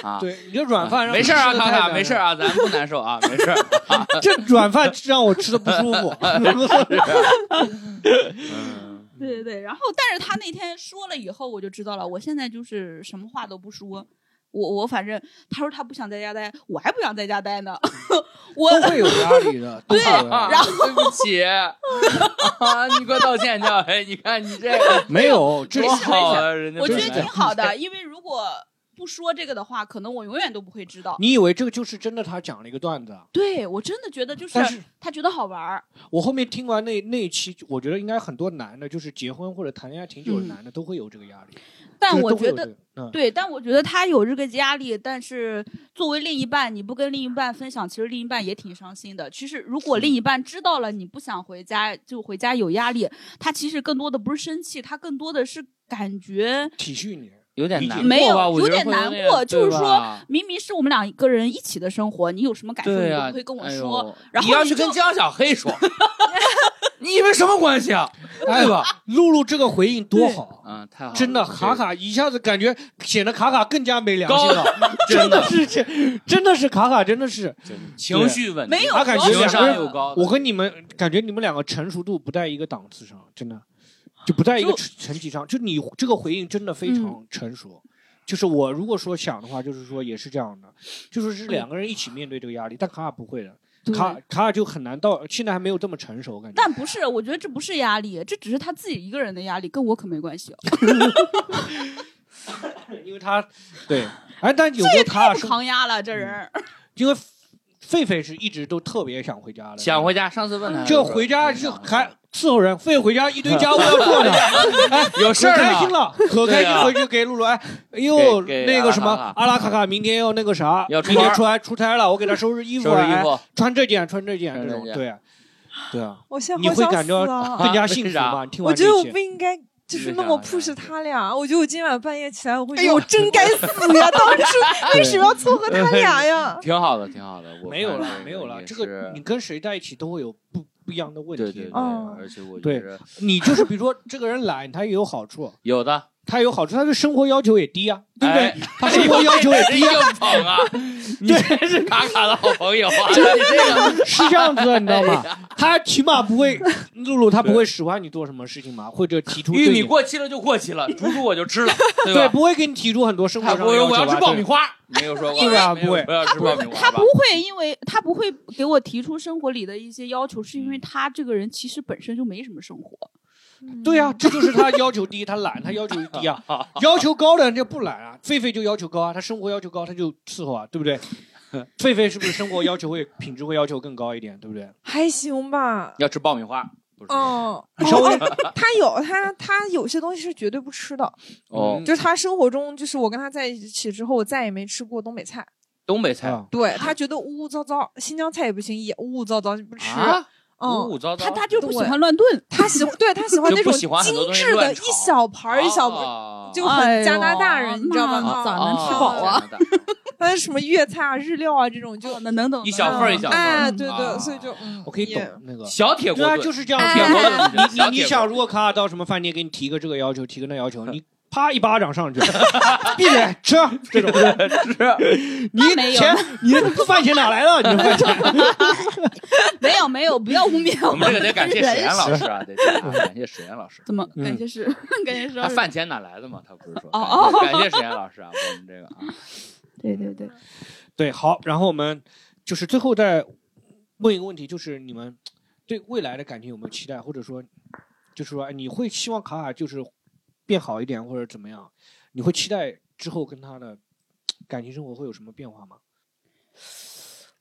B: 出啊。
A: 对，你这软饭让
B: 没事儿啊，
A: 我吃得
B: 卡
A: 太
B: 卡，
A: 难
B: 没事儿
A: 了，
B: 啊，咱不难受啊，没事儿。
A: 这软饭让我吃的不舒服。
B: 嗯，
D: 对对对，然后但是他那天说了以后，我就知道了。我现在就是什么话都不说，我我反正他说他不想在家待，我还不想在家待呢。 我
A: 都会有压力的，都会有压力。
B: 然后对啊不起， 啊，你给我道歉去。哎，你看你这个
A: 没有，这
B: 多
A: 是
B: 好啊，人家
D: 我觉
B: 真
D: 得
B: 是
D: 挺好的，因为如果不说这个的话，可能我永远都不会知道。
A: 你以为这个就是真的？他讲了一个段子啊，
D: 对我真的觉得就是啊
A: 但是
D: 他觉得好玩儿，
A: 我后面听完那那一期，我觉得应该很多男的，就是结婚或者谈恋爱挺久的男的，都会有这个压力。
D: 但
A: 就是
D: 我
A: 都会
D: 觉
A: 有
D: 得
A: 这个，嗯，
D: 对，但我觉得他有这个压力，但是作为另一半，你不跟另一半分享，其实另一半也挺伤心的。其实如果另一半知道了你不想回家，就回家有压力，他其实更多的不是生气，他更多的是感觉
A: 体恤你。
B: 有点难过吧，
D: 没有
B: 我觉得
D: 有点
B: 会
D: 难
B: 点
D: 过就是
B: 对
D: 说
B: 吧
D: 明明是我们两个人一起的生活，你有什么感受你
B: 对
D: 都
B: 呀，
D: 不会跟我
B: 哎呦
D: 说。然后
B: 你要
D: 你
B: 去跟
D: 就
B: 江小黑说， 你们什么关系啊？
A: 哎吧，露露这个回应多好，
B: 嗯，太好了，
A: 真的卡卡一下子感觉显得卡卡更加没良心了，
B: 这个真的
A: 是这真的是卡卡，真的是
B: 真的情绪稳定，
D: 没有
A: 他感觉
B: 情
A: 两
B: 商
A: 个
B: 又
A: 人，
B: 高的，
A: 我跟你们感觉你们两个成熟度不在一个档次上，真的就不在一个
D: 就
A: 层级上。就你这个回应真的非常成熟。就是我如果说想的话，就是说也是这样的，就是是两个人一起面对这个压力，但卡卡不会的，卡卡卡就很难到现在还没有这么成熟，我感觉。
D: 但不是，我觉得这不是压力，这只是他自己一个人的压力，跟我可没关系。
A: 因为他对，哎，但有时候卡卡
D: 不
A: 是
D: 扛压了，这人。
A: 因为狒狒是一直都特别想回家的，
B: 想回家。上次问他，
A: 就回家就还伺候人，狒狒回家一堆家务要做 呢，哎，
B: 有事
A: 可
B: 儿
A: 开心
B: 呢，
A: 了，可开心
B: 对啊
A: 回去给露露哎，哎呦
B: 给给
A: 那个什么
B: 阿拉卡卡
A: 阿拉卡卡明天要那个啥，
B: 要出
A: 明天
B: 门
A: 出来出差了，我给他收拾衣服，
B: 收拾衣
A: 哎，
B: 服，
A: 穿这件穿这件
B: 穿
A: 这
B: 这
A: 种，
B: 件
A: 对 啊，对啊，
C: 我现
A: 你
C: 在好
A: 会
C: 想
A: 感
C: 死
A: 觉
C: 啊！
A: 更加幸
B: 为
A: 福
B: 啥
A: 吧？ 你听
C: 我
A: 完
C: 觉
A: 这
C: 得我
A: 些
C: 不，应该就是那么 push 他俩，我觉得我今晚半夜起来我会觉
A: 哎
C: 得
A: 呦
C: 我真该死呀！当初为什么要撮合他俩 呀？
B: 挺好的，挺好的。我
A: 没有了
B: 看
A: 没有了，这
B: 个也
A: 个
B: 是
A: 你跟谁在一起都会有不不一样的问
B: 对
A: 题
B: 对对，
A: 的，
C: 嗯
B: 而且我
A: 对
B: 觉得
A: 你就是比如说这个人懒，他也有好处，
B: 有 的，
A: 他有好处，他对生活要求也低啊，对不对？
B: 哎
A: 他生活要求也低啊，
B: 硬捧啊，你真是卡卡的好朋友 啊！
A: 是这样子的，你知道吗？他起码不会，露露他不会使唤你做什么事情嘛，或者提出对
B: 玉米
A: 你
B: 过期了就过期 了，煮煮我就吃了，对
A: 对，
B: 吧？
A: 不会给你提出很多生活
B: 他
A: 上的
B: 不会
A: 要求
B: 说
A: 啊
B: 我要吃
A: 吧
B: 爆米，花，没有说过
A: 对啊
B: 没有
A: 不会
B: 不要吃爆米花吧，
D: 他不会，因为他不会给我提出生活里的一些要求，是因为
B: 嗯
D: 他这个人其实本身就没什么生活。
A: 对呀、
C: 嗯
A: 这就是他要求低，他懒，他要求低 啊，要求高的人就不懒啊，狒狒就要求高啊，他生活要求高，他就伺候啊，对不 对？狒狒是不是生活要求会品质会要求更高一点，对不对？
C: 还 行吧。
B: 要吃爆米花，不是
C: 嗯，
A: 稍微
C: 他有他他有些东西是绝对不吃的，
A: 嗯
B: 哦，
C: 就是他生活中，就是我跟他在一起之后，我再也没吃过东北菜。
B: 东北菜
A: 啊，
C: 对他觉得污污糟糟，新疆菜也不行，也污污糟糟就不吃。
B: 啊，五
C: 嗯，
A: 哦
B: 五糟糟，
D: 他他就不喜
C: 对
D: 欢乱炖，
C: 他喜欢，对他喜欢
B: 就
C: 那
B: 不
C: 种
B: 喜欢很多
C: 精
B: 东西
C: 致的
B: 乱
C: 一
B: 炒
C: 小盘儿一小盘儿，
B: 哦
C: 就很加拿大
D: 哎
C: 人，
D: 呦
C: 你知道
D: 那
C: 吗？
D: 咋能
C: 吃饱啊？
B: 哦加拿大
C: 他什么粤菜啊、日料啊这种就
D: 哦能能懂
B: 一小份儿一小份儿
C: 哎，对
B: 啊
C: 对，所以就嗯
A: 我可以懂
C: 也
A: 那个。
B: 小铁
A: 对
B: 锅
A: 啊，
B: 炖，
A: 就是这样。
C: 哎
A: 比如说
D: 啊
B: 哎哎
A: 你
B: 哎
A: 你你想，如果卡卡到什么饭店给你提个这个要求，提个那要求，你啪一巴掌上去， 闭嘴吃这种。 你
D: 那没有
A: 钱，你的饭钱哪来的？你的饭钱
D: 没有没有，不要污蔑
B: 我们这个得感谢史
D: 人
B: 岩老师啊，得得感谢史岩老师。
D: 怎么
A: 嗯
D: 感觉是 感觉是
B: 他啊饭钱哪来的嘛？他不是说
D: 哦哦
B: 感谢感谢史岩老师啊，我们 这个啊，
D: 对对对，
A: 对，好，然后我们就是最后再问一个问题，就是你们对未来的感情有没有期待，或者说，就是说哎你会希望卡卡就是变好一点，或者怎么样？你会期待之后跟他的感情生活会有什么变化吗？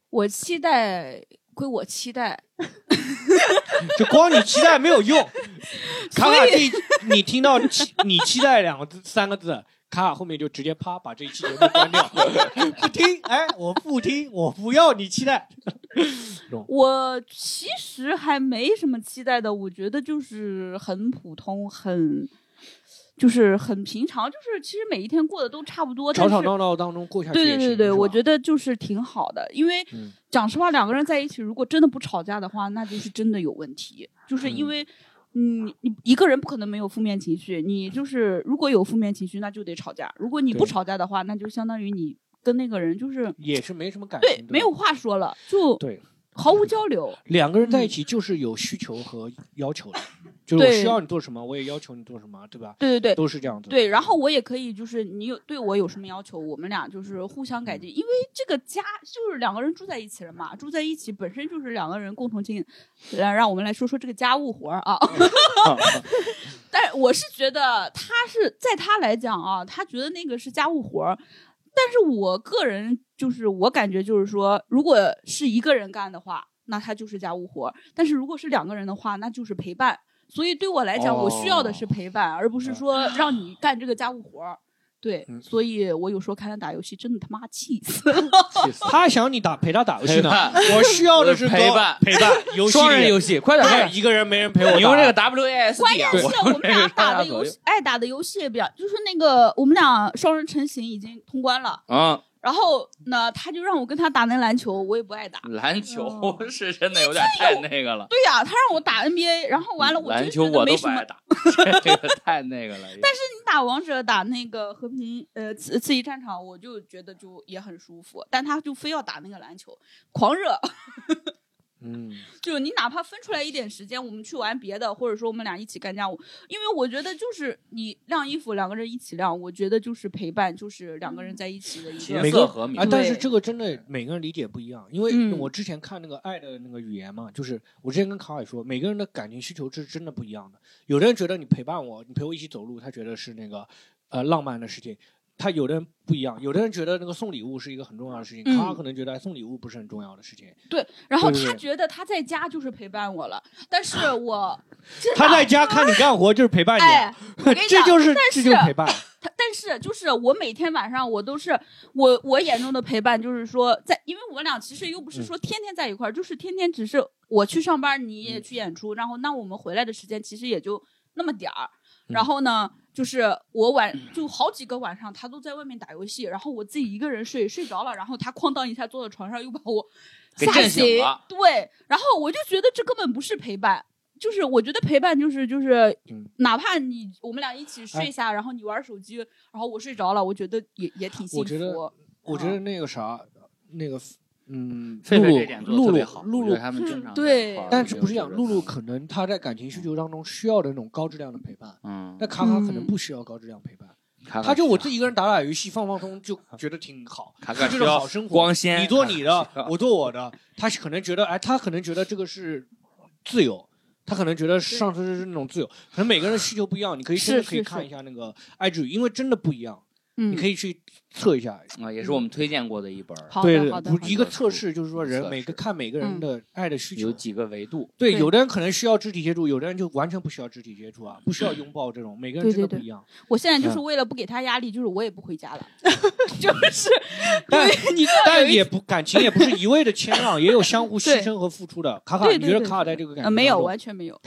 D: 我期待归我期待，
A: 就光你期待没有 用。卡卡这一，你听到期你期待两个字三个字，卡卡后面就直接啪把这一期节目关 掉，不听，哎，我不听，我不要你期待。
D: 我其实还没什么期待的，我觉得就是很普通，很就是很平常，就是其实每一天过得都差不多，
A: 吵
D: 但
A: 吵
D: 是
A: 闹闹当中过下去
D: 对
A: 也
D: 对
A: 行。
D: 对对，我觉
A: 得
D: 得就是挺好的，因为
A: 嗯
D: 讲实话，两个人在一起，如果真的不吵架的话，那就是真的有问题，就是因为你你一个人不可能没有负面情绪，你就是如果有负面情绪，那就得吵架。如果你不
A: 对
D: 吵架的话，那就相当于你跟那个人就是
A: 也是没什么感情，
D: 对没有话说了，就
A: 对
D: 毫无交流。
A: 两个人在一起就是有需求和要求的，就是我
D: 对
A: 需要你做什么，我也要求你做什么，对吧？
D: 对对对，
A: 都是这样子。
D: 对，然后我也可以，就是你有对我有什么要求，我们俩就是互相改进，因为这个家就是两个人住在一起了嘛，住在一起本身就是两个人共同经营。来，让我们来说说这个家务活儿啊。但我是觉得他是在他来讲啊，他觉得那个是家务活儿，但是我个人就是我感觉就是说，如果是一个人干的话，那他就是家务活儿；但是如果是两个人的话，那就是陪伴。所以对我来讲，我需要的是陪伴，而不是说让你干这个家务活儿。对，
A: 嗯
D: 所以我有时候看他打游戏，真的他妈气死。
B: 气死
A: 他想你打陪他打游戏
B: 陪
A: 呢，
B: 伴
A: 我需要的是
B: 陪伴
A: 陪 伴游戏
B: 双人游戏，快点快
A: 哎
B: 点！
A: 一个人没人陪我打，
B: 你用这个 WASD，
D: 关键
B: 啊
D: 是
B: 我
D: 我们俩打的
B: 左
D: 游
B: 右
D: 戏，爱打的游戏比较，就是那个我们俩双人成行已经通关了。
B: 嗯，
D: 然后呢，他就让我跟他打那篮球，我也不爱打。
B: 篮球
C: 哦
B: 是真的有点太那个了。
D: 对呀、他让我打 NBA，然后完了我
B: 篮
D: 就
B: 球
D: 觉
B: 我都
D: 得没
B: 不
D: 什么
B: 爱。打， 这个太那个了。但是
D: 你打王者打那个和平呃刺刺激战场，我就觉得就也很舒服，但他就非要打那个篮球，狂热。
A: 嗯，
D: 就是你哪怕分出来一点时间，我们去玩别的，或者说我们俩一起干家务，因为我觉得就是你晾衣服，两个人一起晾，我觉得就是陪伴，就是两个人在一起的一
B: 角
A: 每
D: 个。
A: 个
B: 色和
A: 啊，
B: 鸣，
A: 但是
D: 对
A: 这个真的每个人理解不一样，因为
D: 嗯
A: 我之前看那个《爱的那个语言》嘛，就是我之前跟卡海说，每个人的感情需求是真的不一样的。有的人觉得你陪伴我，你陪我一起走路，他觉得是那个呃浪漫的事情。他有的人不一样，有的人觉得那个送礼物是一个很重要的事情，
D: 嗯
A: 他可能觉得送礼物不是很重要的事情。
D: 然后
A: 对对
D: 他
A: 对
D: 觉得他在家就是陪伴我了，但是我真的
A: 他在家看你干活就是陪伴
D: 啊哎
B: 啊
A: 你，，啊
D: 我跟你
A: 这
D: 讲，
A: 就是这
D: 是
A: 就是陪 伴。
D: 他但是就是我每天晚上我都是我我眼中的陪伴，就是说在，因为我俩其实又
B: 嗯
D: 不是说天天在一块儿，就是天天只是我去上班，你
B: 嗯
D: 也去演出，然后那我们回来的时间其实也就那么点儿。
A: 嗯
D: 然后呢，就是我晚就好几个晚上，他都在外面打游戏，然后我自己一个人睡，睡着了，然后他哐当一下坐到床上，又把我
B: 给
D: 吓
B: 震醒
D: 醒
B: 了。
D: 对，然后我就觉得这根本不是陪伴。就是我觉得陪伴就是就是
A: 嗯，
D: 哪怕你我们俩一起
A: 哎
D: 睡下，然后你玩手机，然后我睡着了，我觉得也也挺幸
A: 我觉
D: 福
A: 得。我觉得那个啥，那个嗯，
B: 狒
A: 露
B: 狒
A: 露
B: 这点做得
A: 露
B: 特别
A: 露
B: 好，
A: 露
B: 我觉
A: 露
B: 得他们正常
D: 对
B: 在一块儿
A: 但是不是
B: 我
A: 讲
B: 觉得
A: 露露可能她在感情需求当中需要的那种高质量的陪伴，
B: 嗯，
A: 那卡卡可能不需要高质量陪伴，
B: 卡卡
A: 他就我
B: 需要
A: 自己一个人打打游戏放放松就觉得挺好，
B: 卡
A: 就
B: 卡
A: 这
B: 需
A: 种
B: 要
A: 好生活。
B: 光鲜，
A: 你做你的
B: 卡卡需，要
A: 我做我的，他可能觉得哎，他可能觉得这个是自由。他可能觉得上升是那种自由，可能每个人需求不一样，你可以真的
D: 是
A: 可以
D: 是
A: 看
D: 是
A: 一下那个《爱之语》，因为真的不一样，
D: 嗯
A: 你可以去测一下。
B: 啊，也是我们推荐过的一本儿，
D: 好
A: 对
D: 的
A: 对
D: 好的，
A: 不
D: 好的
A: 一个测试就是说人
B: 测
A: 每个
B: 试
A: 看每个人
D: 嗯
A: 的爱的需求
B: 有，几个维度，
A: 对，
D: 对
A: 有的人可能需要肢体接触，有的人就完全不需要肢体接触啊，不需要拥抱这种，每个人
D: 对
A: 真的
D: 对
A: 不
D: 对
A: 一样。
D: 我现在就是
A: 嗯
D: 为了不给他压力，就是我也不回 家了，就是因
A: 但
D: 为你知道有
A: 但
D: 一
A: 也不感情也不是一味的谦 让，也有相互牺
D: 对
A: 牲和付出的。卡卡，
D: 对
A: 你
D: 对
A: 觉得
D: 对
A: 卡卡在这个感
D: 呃
A: 情
D: 没有
A: 当中
D: 完全没有，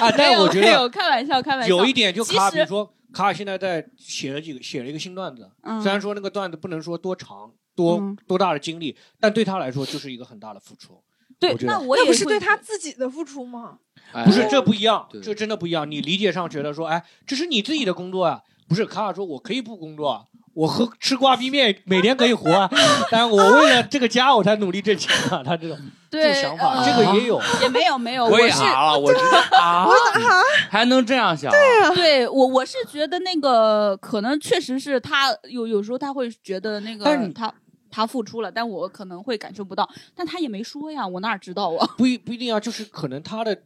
A: 啊？
D: 没
A: 但
D: 有
A: 我觉
D: 没
A: 得
D: 有开玩笑开玩笑，
A: 有一点就
D: 其
A: 卡，
D: 实
A: 比如说卡卡现在在写了几个写了一个新段子，
D: 嗯
A: 虽然说那个段子不能说多长多
D: 嗯
A: 多大的经历，但对他来说就是一个很大的付出。
D: 对
A: 我觉，得
D: 那我
C: 那
D: 也
C: 不是
D: 会
C: 对他自己的付出吗？
B: 哎
A: 不是，这不一样
B: 对，
A: 这真的不一样。你理解上觉得说，哎，这是你自己的工作啊，不是？卡卡说，我可以不工作啊，我喝吃挂逼面，每天可以活啊，但我为了这个家，我才努力挣钱啊。他这种这
D: 对
A: 种想法，
C: 嗯
D: 呃
A: 这个也有。
D: 也没有没有，
B: 我
D: 我
B: 也
D: 是
B: 啊，我知道啊，
C: 啊，
B: 还能这样想，
A: 啊
B: 啊
D: 对我，我是觉得那个可能确实是他有有时候他会觉得那
A: 但是
D: 个他他付出了，但我可能会感受不到，但他也没说呀，我哪知道啊？
A: 不一不一定啊，就是可能他的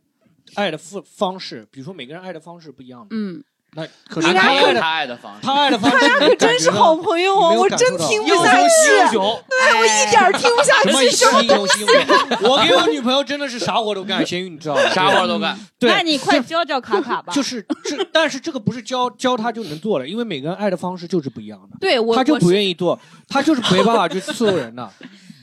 A: 爱的方方式，比如说每个人爱的方式不一样的，
D: 嗯，
A: 那可
B: 卡
A: 能
B: 卡
A: 他
B: 有
A: 爱的
B: 他爱的方式，
A: 他爱的方式，
C: 他俩可真是好朋友哦，
A: 你没有
C: 我
A: 感
C: 真
A: 受到
C: 听不
B: 英雄
C: 下去，
B: 惜英雄，
C: 对我一点儿听不下
A: 什么
C: 去，什
A: 西
C: 么
A: 游西游，我给我女朋友真的是啥活都 干，咸鱼你知道吗？
B: 啥活儿都干，
A: 对，
D: 那你快教教卡卡吧。
A: 就是这， 但是这个不是教教他就能做的，因为每个人爱的方式就是不一样的，
D: 对我，
A: 他就
D: 我
A: 不
D: 是
A: 愿意做，他就是没办法去伺候人的，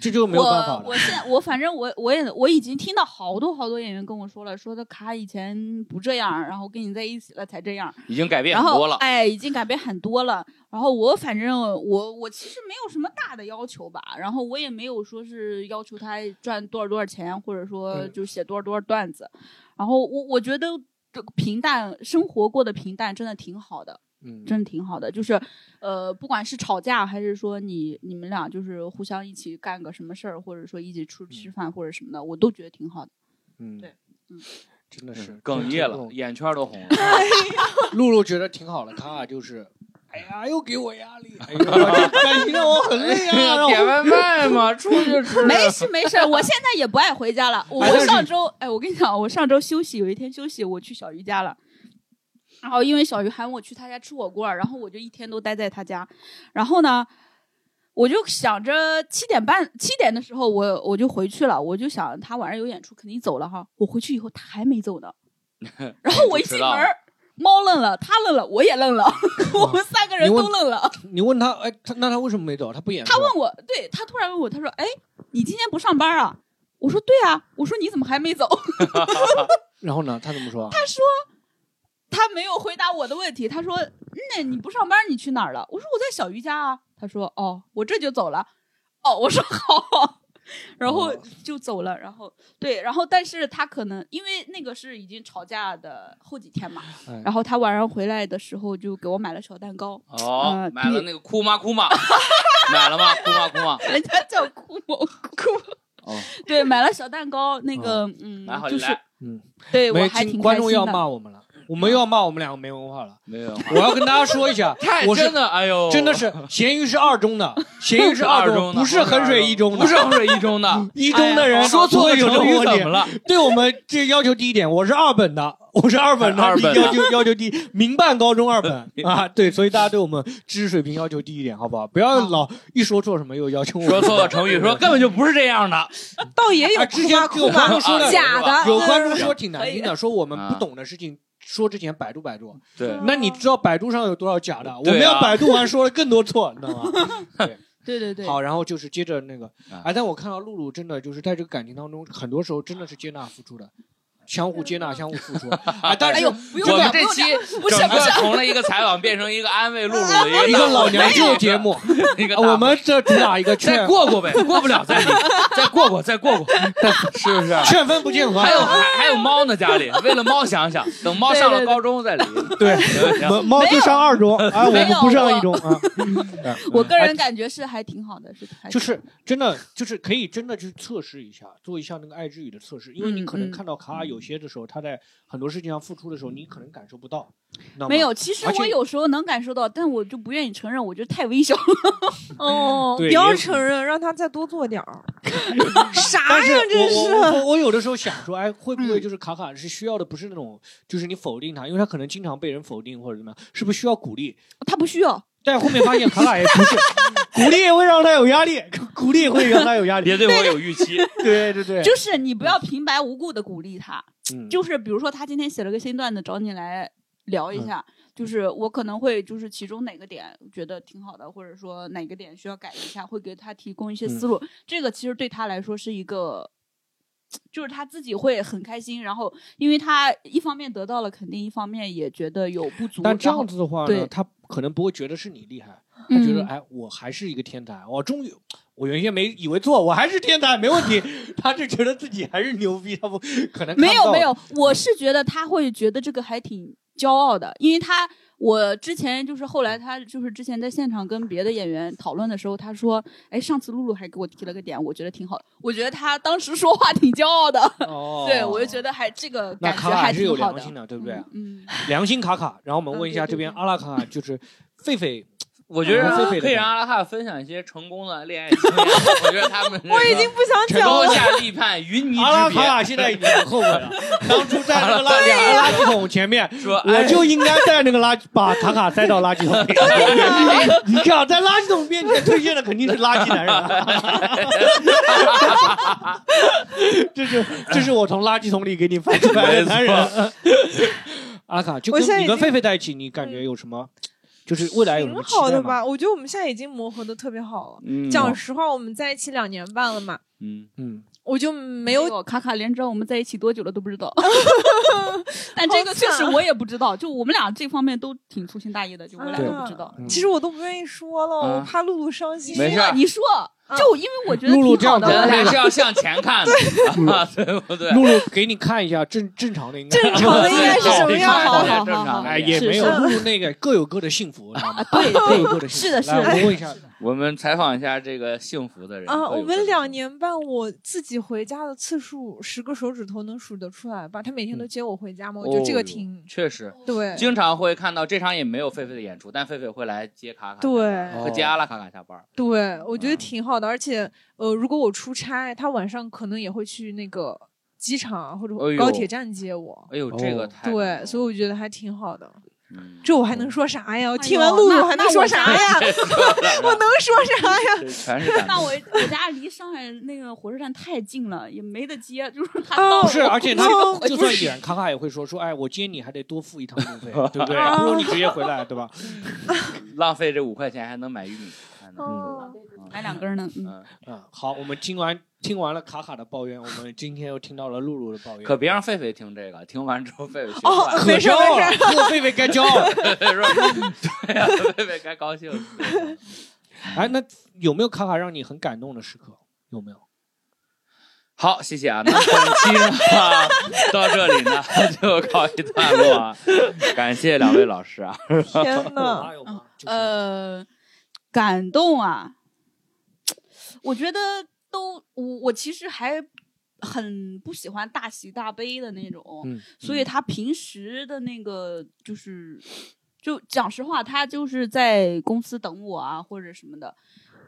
A: 这就没有办法
D: 我
A: 了
D: 我。现在我反正我我也我已经听到好多好多演员跟我说了，说的卡以前不这样，然后跟你在一起了才这样，
B: 已经改变
D: 然
B: 很
D: 后
B: 多了，
D: 哎，已经改变很多了。然后我反正我我其实没有什么大的要求吧，然后我也没有说是要求他赚多少多少钱，或者说
A: 嗯
D: 就写多少多少段子。然后我我觉得这个平淡生活过得平淡真的挺好的，
A: 嗯，
D: 真的挺好的。就是呃，不管是吵架还是说你你们俩就是互相一起干个什么事儿，或者说一起出去吃饭或者什么的，我都觉得挺好的。
A: 嗯，
D: 对嗯，
A: 真的是
B: 哽咽了，
A: 真的
B: 眼圈都红了。
A: 露露觉得挺好的，卡卡就是，哎呀，又给我压力，哎呀，感情让我很累啊，嗯让
B: 点
A: 我
B: 外卖嘛，出去 吃。
D: 没事没事，我现在也不爱回家了。我
A: 哎但
D: 我
A: 是
D: 上周，哎，我跟你讲，我上周休息有一天休息，我去小鱼家了。然后因为小鱼喊我去他家吃火锅，然后我就一天都待在他家。然后呢，我就想着七点半七点的时候我我就回去了，我就想他晚上有演出肯定走了哈。我回去以后他还 没走呢，然后我一进门儿。猫愣了，他愣了，我也愣了，
A: 哦
D: 我们三个人
A: 你问
D: 都愣了。
A: 你问他，哎，他那他为什么没走？他不演出啊？
D: 他问我，对他突然问我，他说：“哎，你今天不上班啊？”我说：“对啊。”我说：“你怎么还没走
A: 然后呢？他怎么说啊？？”
D: 他没有回答我的问题，他说：“那你不上班，你去哪儿了？”我说：“我在小瑜伽啊。”他说：“哦，我这就走了。”哦，我说 好，然后
A: 哦
D: 就走了。然后对，然后但是他可能因为那个是已经吵架的后几天嘛，
A: 哎
D: 然后他晚上回来的时候就给我买了小蛋糕，
B: 哦
D: 呃，
B: 买了
D: 对
B: 那个库玛库玛，买了吗？库玛库玛，
D: 人家叫 酷某酷，
B: 哦，
D: 对，买了小蛋糕，那个、嗯
B: 买好，就
D: 就是
B: 来，
D: 对我
A: 没
D: 还
A: 听
D: 挺
A: 观
D: 开
A: 众
D: 心
A: 要
D: 的。
A: 骂我们了，我们又要骂我们两个没文化了。
B: 没有，
A: 我要跟大家说一 下，
B: 太
A: 我是
B: 真的，哎呦，
A: 真的是咸鱼是二中 的，咸鱼是
B: 二
A: 中，
B: 中的
A: 不是衡水一中的。
B: 不。是衡水一中的哎
A: 一中的 人
B: 说错
A: 了
B: 了
A: 有这
B: 成
A: 种
B: 语
A: 问
B: 怎么
A: 题，
B: 了？
A: 对我们这要求低一点。我是二本的， 我是二本的，
B: 二本的
A: 要求要求低，民办高中二 本啊，对，所以大家对我们知识水平要求低一点，好不好？不要老一说错什么又要求我们
B: 啊 说错了 成语，说根本就不是这样的。
C: 倒也有
A: 啊之前有观众说的
C: 假的，
A: 有观
C: 嗯
A: 众说挺难听的，说我们
B: 呃啊
A: 不懂的事情。说之前百度百度，
B: 对
C: 嗯
A: 那你知道百度上有多少假的？我
B: 对啊
A: 们要百度完说了更多错，你知道吗？
D: 对对对，
A: 好，然后就是接着那个
B: 啊，
A: 哎，但我看到露露真的就是在这个感情当中，很多时候真的是接纳付出的，相互接纳，相互付 出啊。但
D: 哎
A: 是
D: 呦，不用
B: 我们
D: 讲，
B: 这
D: 不用
B: 期
D: 讲，不是
B: 整
D: 不是
B: 个从了一个采访变成一个安慰露露的一
A: 一
B: 个
A: 个老娘舅节目， 啊
B: 一个大
A: 我们这主打一个
B: 再
A: 劝
B: 过过呗，过不了再离，再过过再过过， 是不是？啊
A: 劝分不劝和
B: 还。有还还有猫呢，家里为了猫想想，等猫上了
D: 对对对
B: 高中再离。
A: 对
B: 行行
A: 猫猫就上二中，啊，我
D: 没有
A: 们不上
D: 我
A: 一中啊。嗯
D: 我个人感觉是还挺好的，是还
A: 就是真的，就是可以真的去测试一下，做一下那个爱之语的测试，因为你可能
D: 嗯嗯
A: 看到卡尔有些的时候，他在很多事情上付出的时候，你可能感受不到，你知道吗
D: 没。有。其实
A: 而且
D: 我有时候能感受到，但我就不愿意承认，我觉得太微小了。
C: 哦，
A: 对
C: 不要
A: 也
C: 承认，让他再多做点儿。啥
A: 但是
D: 哎
C: 呀，真
A: 我
C: 是
A: 我我我有的时候想说，哎，会不
D: 嗯
A: 会就是卡卡是需要的不是那种，就是你否定他，因为他可能经常被人否定或者怎么样，是不是需要鼓励？
D: 他不需要，
A: 但后面发现卡卡也不 是，鼓励也会让他有压力，鼓励也会让他有压力。
B: 别对我有预期，
A: 对对对，
D: 就是你不要平白无故的鼓励他。
A: 嗯
D: 就是比如说，他今天写了个新段子，找你来聊
A: 嗯
D: 一下，就是我可能会就是其中哪个点觉得挺好的，或者说哪个点需要改一下，会给他提供一些
A: 嗯
D: 思路。这个其实对他来说是一个。就是他自己会很开心，然后因为他一方面得到了肯定，一方面也觉得有不足。
A: 但这
D: 然后
A: 样子的话呢
D: 对，
A: 他可能不会觉得是你厉害，他
D: 嗯
A: 觉得、哎，我还是一个天才，我终于，我原先没以为错，我还是天才，没问题。 他就觉得自己还是牛逼，他不可能看不
D: 没有
A: 到
D: 没，有，我是觉得他会觉得这个还挺骄傲的，因为他我之前就是后来他就是之前在现场跟别的演员讨论的时候，他说，哎，上次露露还给我提了个点，我觉得挺好的，我觉得他当时说话挺骄傲的，
A: 哦
D: 对我就觉得还这个
A: 那
D: 感
A: 卡
D: 觉
A: 卡还是
D: 挺
A: 有
D: 好
A: 良
D: 的，
A: 心的，对不啊对？
D: 嗯，
A: 良心卡卡。然后我们问一下
D: 嗯对
A: 这边
D: 对
A: 阿拉卡卡，就是狒狒，
B: 我觉得
A: 我们非得
B: 可以让阿拉哈分享一些成功的恋爱经验。我觉得他们我
C: 我已经不想讲
B: 高
C: 了。
B: 下立判，云泥
A: 阿拉
B: 之
A: 卡
B: 别。
A: 卡现在已经很后悔了， 当初在那个垃圾垃圾 桶前面。
B: 说
A: 我
B: 哎，
A: 就应该带那个垃圾，把卡卡塞到垃圾桶里。 你看，在垃圾桶面前推荐的肯定是垃圾男人啊。 这是这是我从垃圾桶里给你翻出来的男 人。阿卡，就跟
C: 我现在
A: 你
C: 已
A: 跟
C: 经
A: 狒狒在一起，你感觉有什么？就是未来有什么
C: 挺
A: 期
C: 好
A: 待
C: 的
A: 吗？
C: 吧？我觉得我们现在已经磨合的特别好了。
B: 嗯
C: 讲实话，我们在一起两年半了嘛，
B: 嗯，
A: 嗯，
C: 我就没
D: 没
C: 有
D: 有哎卡卡连知道我们在一起多久了都不知 道，但这个
C: 好
D: 确
C: 惨啊
D: 实我也不知道，就我们俩这方面都挺
C: 嗯
D: 粗心大意的，就我俩
A: 对
D: 都不知道。
A: 嗯
C: 其实我都不愿意说了，
B: 啊
C: 我怕露露伤心。
B: 没事儿
D: 你说
C: 嗯
D: 就因为我觉得
A: 露露
D: 挺好的，
A: 这样
D: 我
A: 子
B: 人
D: 俩
B: 还是要向前看 的， 啊，对不对？
A: 露露给你看一下正正常的应该
C: 正常的应该是什么样
D: 好好好
B: 对正常的
A: 哎，也没有
D: 是是
A: 露露那个各有各的幸福，你知
C: 啊
A: 道吗？
D: 对
A: 各有各的幸福。
D: 是的，是
A: 来，我
D: 的，
A: 们问一下，
B: 我们采访一下这个幸福的人
C: 啊，
B: 会有
C: 我
B: 这
C: 们
B: 种
C: 两年半，我自己回家的次数，十个手指头能数得出来吧？他每天都接我回家嘛，我觉得
B: 嗯
C: 这
B: 哦
C: 个挺
B: 确实
C: 对，
B: 经常会看到，这场也没有狒狒的演出，但狒狒会来接卡卡，
C: 对
B: 和接阿拉卡卡下班儿。
C: 对，我觉得
B: 嗯
C: 挺好的。而且，呃，如果我出差，他晚上可能也会去那个机场啊或者
B: 哎呦
C: 高铁站接我。
B: 哎呦，这个
A: 哦
B: 太
C: 对，所以我觉得还挺好的。
B: 嗯
C: 这我还能说啥呀？我
D: 哎
C: 听
D: 呦
C: 完露
D: 那
C: 露还能
D: 那
C: 说
D: 我
C: 啥
D: 看
C: 呀？ 我能说啥呀？
B: 这全 是感
D: 那
B: 动。
D: 我我家离上海那个火车站太近了，也没得接，就是 他
C: 哦
D: 到
A: 不 是，而且他
C: 哦
A: 就算远，卡卡也会说说，哎，我接你还得多付一趟路费，对不对？
C: 哦
A: 不如你直接回来，对吧？
B: 浪费这五块钱还能买玉米，还能
C: 哦
D: 买两根呢。嗯
B: 嗯，
A: 嗯，好，我们听完听完了卡卡的抱怨，我们今天又听到了露露的抱怨，
B: 可别让狒狒听这个，听完之后狒狒学
C: 哦
B: 坏了，
A: 可
C: 没事
A: 骄傲
C: 没
A: 了，我狒狒该骄傲了。
B: 狒狒说， 对呀，狒狒该高 兴了。
A: 哎，那有没有卡卡让你很感动的时刻？有没有？
B: 好，谢谢啊。那本期呢啊到这里呢 就告一段落啊，感谢两位老师啊。
C: 天 呐！
A: 有吗？就是
D: 呃，感动啊，我觉得都我我其实还很不喜欢大喜大悲的那种，
A: 嗯
D: 所以他平时的那个就是，就讲实话，他就是在公司等我啊或者什么的，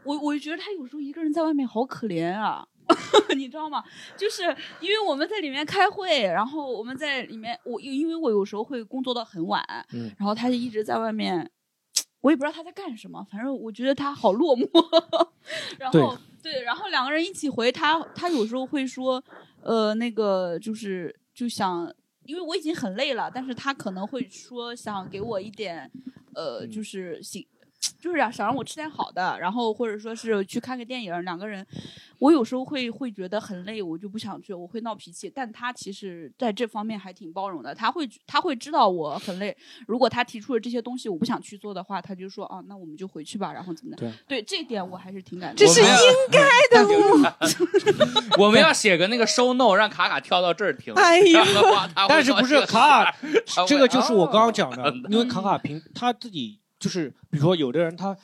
D: 我我就觉得他有时候一个人在外面好可怜啊。 你知道吗？就是因为我们在里面开会，然后我们在里面，我因为我有时候会工作到很晚，
A: 嗯
D: 然后他就一直在外面，我也不知道他在干什么，反正我觉得他好落寞。 然后对，然后两个人一起回他，他有时候会说，呃，那个就是就想，因为我已经很累了，但是他可能会说想给我一点，呃，
A: 嗯
D: 就是醒。就是想想让我吃点好的，然后或者说是去看个电影，两个人，我有时候会会觉得很累，我就不想去，我会闹脾气。但他其实在这方面还挺包容的，他会他会知道我很累，如果他提出了这些东西我不想去做的话，他就说啊，那我们就回去吧，然后怎么的？对这一点我还是挺感 动
C: 这
D: 的。
C: 是
B: 我们要
C: 应该的路。
B: 我们要 写个那个 show note，让卡卡跳到这儿听。
C: 哎呦
B: 这样的话他会
A: 但是
B: 高
A: 不是
B: 兴
A: 卡卡？
B: 他会
A: 这个就是我刚刚讲的
B: 哦，
A: 因为卡卡平他自己就是，比如说有的人他，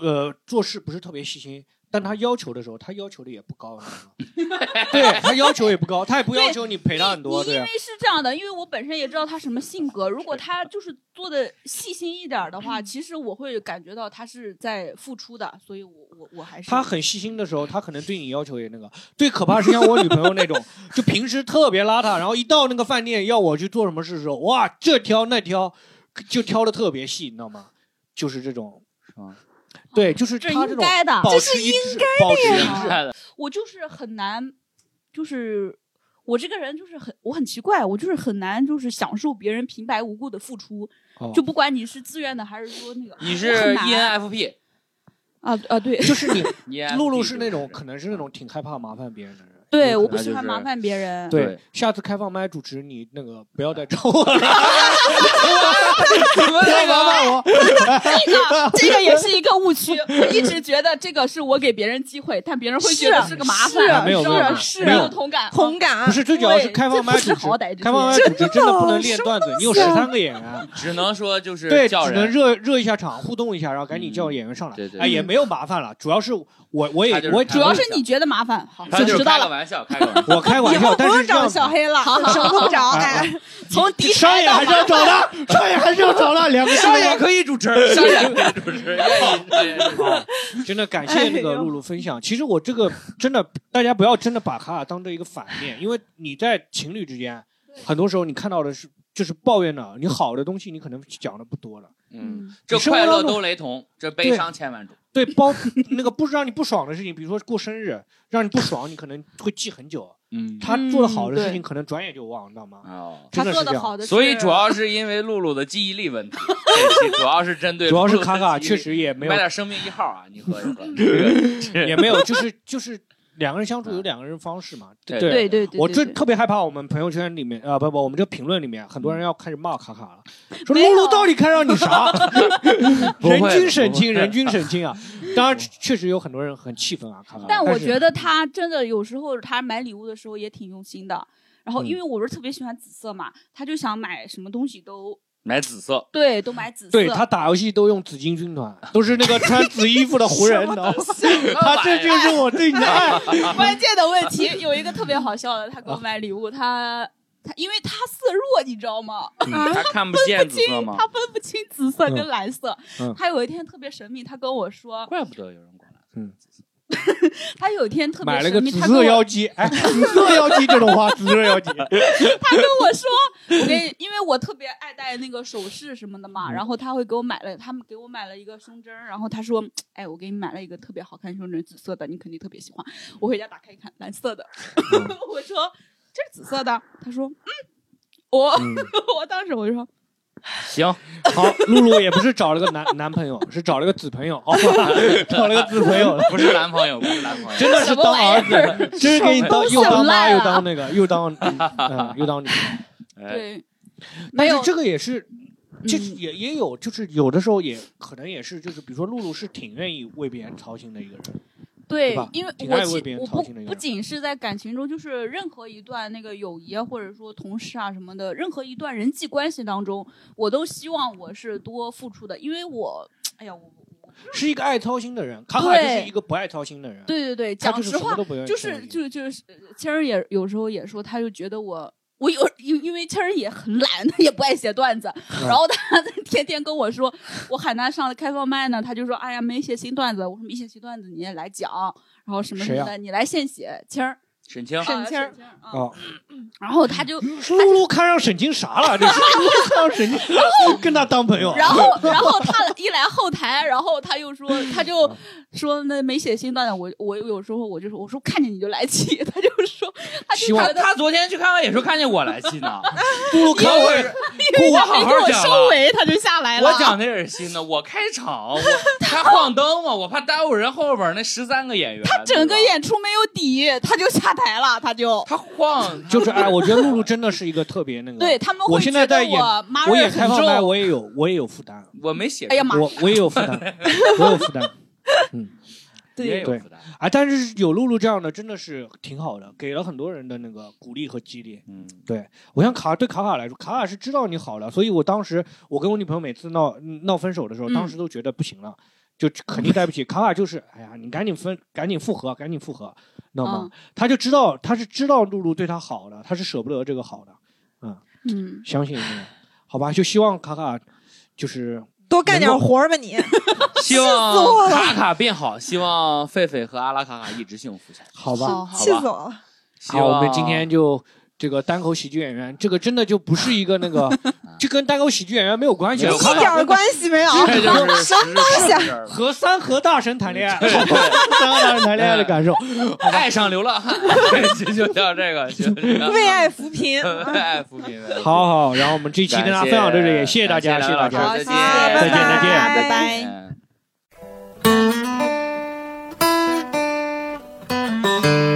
A: 呃，做事不是特别细心，但他要求的时候，他要求的也不高，你知道吗 对他要求也不高，他也不要求你陪他很多，
D: 你
A: 对
D: 因
A: 啊
D: 为，是这样的，因为我本身也知道他什么性格，如果他就是做的细心一点儿的 话，其实我会感觉到他是在付出的，所以我我我还是
A: 他很细心的时候，他可能对你要求也那个。最可怕是像我女朋友那种，就平时特别邋遢，然后一到那个饭店要我去做什么事的时候，哇，这挑那挑，就挑的特别细，你知道吗？就是这种，
B: 是吗
A: 对，就是
D: 这
A: 他
D: 应
A: 种
D: 该的，
A: 保持一致，保持一致。
B: 是的
D: 我就是很难，就是我这个人就是很我很奇怪，我就是很难就是享受别人平白无故的付出，
A: 哦 E
D: 就不管你是自愿的还是说那个
B: 你
D: 我
B: 是 E
D: 很难
B: ENFP，
D: 啊啊对
A: 就是 你
B: ENFP
A: 露露
B: 就是
A: 那种可能是那种挺害怕麻烦别人的人。
D: 对，
A: 有
D: 我
A: 可
D: 不
A: 能
D: 喜
B: 就
D: 欢
B: 是
D: 麻烦别人。
A: 对，
B: 对
A: 下次开放麦主持你那个不要再找 我了，
B: 什么
A: 不要
B: 那
A: 麻
B: 个
A: 烦我。
D: 这个这个也是一个误区，我一直觉得这个是我给别人机会，但别人会觉得
C: 是
D: 是个麻
C: 是啊
D: 烦，
A: 没有
D: 是
A: 没有
D: 啊
A: 没
D: 是
A: 有
D: 啊有同感，
C: 同感
A: 不是，最主要是
D: 对
A: 开放麦
D: 这
A: 主
D: 不
A: 持
D: 是好歹这，是
A: 开放麦主持真的不能练段子，你有十
C: 什么
A: 三个演员，啊
B: 只能说啊就是
A: 对，
B: 叫
A: 只能
B: 人嗯
A: 热热一下场，互动一下，然后赶紧叫演员上来。
B: 对对
A: 哎，
B: 对
A: 也没有麻烦了，主要是我我也
B: 他就是
A: 我
B: 开
D: 主要是你觉得麻烦，好，
B: 他就
D: 知
B: 是
D: 道
B: 开个
D: 了。
B: 玩笑，开个玩笑。
A: 我开玩
C: 以
A: 笑，
C: 后
A: 但
C: 不
A: 是
C: 用
A: 这
C: 找
A: 样子
C: 小黑了，手动找
A: 哎
C: 哎。
D: 从敌
A: 商
D: 台
A: 演
D: 到
A: 还是要找的，商演还是要找的，两个商
B: 上也可以主持， 上也可以主持，愿意愿意
A: 啊， 真的感谢那
C: 哎
A: 个
C: 呦
A: 露露分享。其实我这个真的，大家不要真的把卡卡当做一个反面，因为你在情侣之间，很多时候你看到的是就是抱怨的，你好的东西你可能讲的不多了。
B: 嗯，
D: 嗯，
B: 这快乐都雷同，这悲伤千万种。
A: 对，包 那个不是让你不爽的事情，比如说过生日让你不爽，你可能会记很久。
B: 嗯
A: 他做的好的事
D: 嗯对
A: 情，可能转眼就忘，了，你知道吗？
B: 哦，
D: 他
A: 真的
D: 做
A: 是这
D: 的
A: 样。
D: 好的是，
B: 所以主要是因为露露的记忆力问题，这期主要是针对
A: 主要是
B: 露露的
A: 卡卡
B: 记忆
A: 确
B: 力
A: 实也没有
B: 买点生命一号啊，你喝一喝。这个
A: 也没有，就是就是两个人相处有
B: 嗯
A: 两个人方式嘛。
B: 对
A: 对
D: 对对对，
A: 我
D: 对
A: 最
D: 对
A: 特别害怕我们朋友圈里面啊，不不，我们这评论里面很多人要开始骂卡卡了，说
D: 嗯没有
A: 露露到底看上你啥？
B: 不会
A: 人均省亲，
B: 不会
A: 人均省亲啊！当然，确实有很多人很气愤啊，卡卡。
D: 但我
A: 是
D: 觉得他真的有时候他买礼物的时候也挺用心的。然后
A: 嗯
D: 因为我不是特别喜欢紫色嘛，他就想买什么东西都
B: 买紫 色，
D: 对，都买紫色。
A: 对他 打游戏都用紫金军团，都是那个穿紫衣服的湖人，你知道吗？他这就是我对你
D: 哎
A: 的爱。
D: 关键的问题有一个特别好笑的，他
A: 啊
D: 给我买礼物，他他因为他色弱，你知道吗？
B: 嗯他看不见紫色吗
D: 他？分不清紫色跟蓝色。
A: 嗯嗯
D: 他有一天特别神秘，他跟我说，
B: 怪不得有人管他。
D: 他有一天特别
A: 买了个
D: 神秘，
A: 紫
D: 他跟
A: 色
D: 我
A: 妖姬，哎，紫色妖姬这种花，紫色妖姬，
D: 他跟我说，我跟因为我特别爱戴那个首饰什么的嘛，
A: 嗯
D: 然后他会给我买了，他们给我买了一个胸针儿，然后他说，哎，我给你买了一个特别好看的胸针，紫色的，你肯定特别喜欢。我回家打开一看，蓝色的， 我说这是紫色的，他说，嗯，我、
A: 嗯
D: 我当时我就说，
B: 行，
A: 好，露露也不是找了个男男朋友，是找了个子朋友，好吧，找了个子朋友，
B: 不是男朋友，不是男朋友，
A: 真的是当儿
D: 什么玩
A: 子，真是给你当
D: 什
A: 又
D: 么
A: 当妈
D: 烂啊
A: 又当那个又当 嗯嗯又当你。
B: 哎，
D: 对，
A: 但
D: 没
A: 是
D: 有
A: 这个也是，这
D: 嗯
A: 也也有，就是有的时候也可能也是，就是比如说露露是挺愿意为别人操心的一个人，对
D: 对
A: 吧，
D: 因为
A: 挺
D: 我
A: 爱为别人
D: 其我
A: 操心的一个
D: 不不
A: 人
D: 仅是在感情中，就是任何一段那个友谊啊，或者说同事啊什么的，任何一段人际关系当中，我都希望我是多付出的，因为我，哎呀，我我
A: 是一个爱操心的人。卡卡就是一个不爱操心的人，啊
D: 对对对，
A: 他
D: 讲
A: 就是
D: 实
A: 什么
D: 话，
A: 都不愿意操
D: 就
A: 心，
D: 是就就是，谦儿也有时候也说，他就觉得我。我有因因为谦儿也很懒，他也不爱写段子，
A: 嗯
D: 然后他天天跟我说，我喊他上开放麦呢，他就说，哎呀，没写新段子。我说没写新段子，你也来讲，然后什么什
A: 谁
D: 么
A: 呀
D: 的，你来现写，谦儿，
B: 沈清，
C: 沈
D: 啊
C: 谦儿
D: 沈儿啊，
A: 啊，
D: 然后他就，
A: 露露看上沈清啥了？ 这是露露看上沈清，跟他当朋友，
D: 然后然后他一来后台，然后他又说，他就说那没写新段子，我我有时候我就说，我说看见你就来气，他就说，他就
A: 希望
D: 觉
B: 他
D: 得
B: 他昨天去看完演出，看见我来信呢，
A: 露露看我也是，不我
D: 他
B: 好
D: 没
B: 好
D: 跟我
B: 讲
D: 收
B: 了
D: 尾，他就下来了。
B: 我讲的也是新的，我开场，我他晃灯嘛，我怕耽误人后边那十三个演员。他
D: 整个演出没有底，他就下台了，他就
B: 他晃，
A: 就是哎，我觉得露露真的是一个特别那个，
D: 对他们
A: 我
D: 会
A: 现
D: 觉
A: 在在
D: 得
A: 演
D: 我妈
A: 我
D: 味
A: 演
D: 儿
A: 开
D: 很
A: 放麦，
D: 重。
A: 我也有我也有负担，啊
B: 我没写，
D: 哎呀妈，
A: 我我也有负担，我有负担。
B: 你也有
A: 对
B: 负担，
A: 啊，但是有露露这样的真的是挺好的，给了很多人的那个鼓励和激励。
B: 嗯，
A: 我像卡对卡卡来说，卡卡是知道你好了，所以我当时我跟我女朋友每次闹闹分手的时候，
D: 嗯
A: 当时都觉得不行了，就肯定待不起。卡卡就是，哎呀，你赶紧分，赶紧复合，赶紧复合，
D: 嗯
A: 你知道
D: 哦
A: 吗？他就知道他是知道露露对他好的，他是舍不得这个好的，
D: 嗯，
A: 相信你，好吧？就希望卡卡就是
C: 多干点活儿吧你。
B: 希望卡卡变好，希望狒狒和阿拉卡卡一直幸福下去。
A: 好吧。
D: 好
C: 气死我了！
B: 希
A: 好，
B: 望哦
A: 我们今天就这个单口喜剧演员，这个真的就不是一个那 个，这跟单口喜剧演员没有关系啊，
B: 没有
A: 卡
C: 一
A: 卡
C: 点儿关系啊没有。
B: 这就是什么
C: 东
B: 西？
A: 和三和大神谈恋爱， 三和大神谈恋爱的感受。
B: 爱上 流浪汉， 就就叫这个，就
C: 为爱扶贫。
B: 为爱扶贫。
A: 好好，然后我们这一期跟大家分享到这里，也谢谢大家，谢谢
B: 感
A: 大
B: 梁
A: 家
B: 老
D: 好
B: 师再见，
C: 谢
A: 再见拜
C: 谢
A: 拜再见
C: 拜拜
B: 哎嗯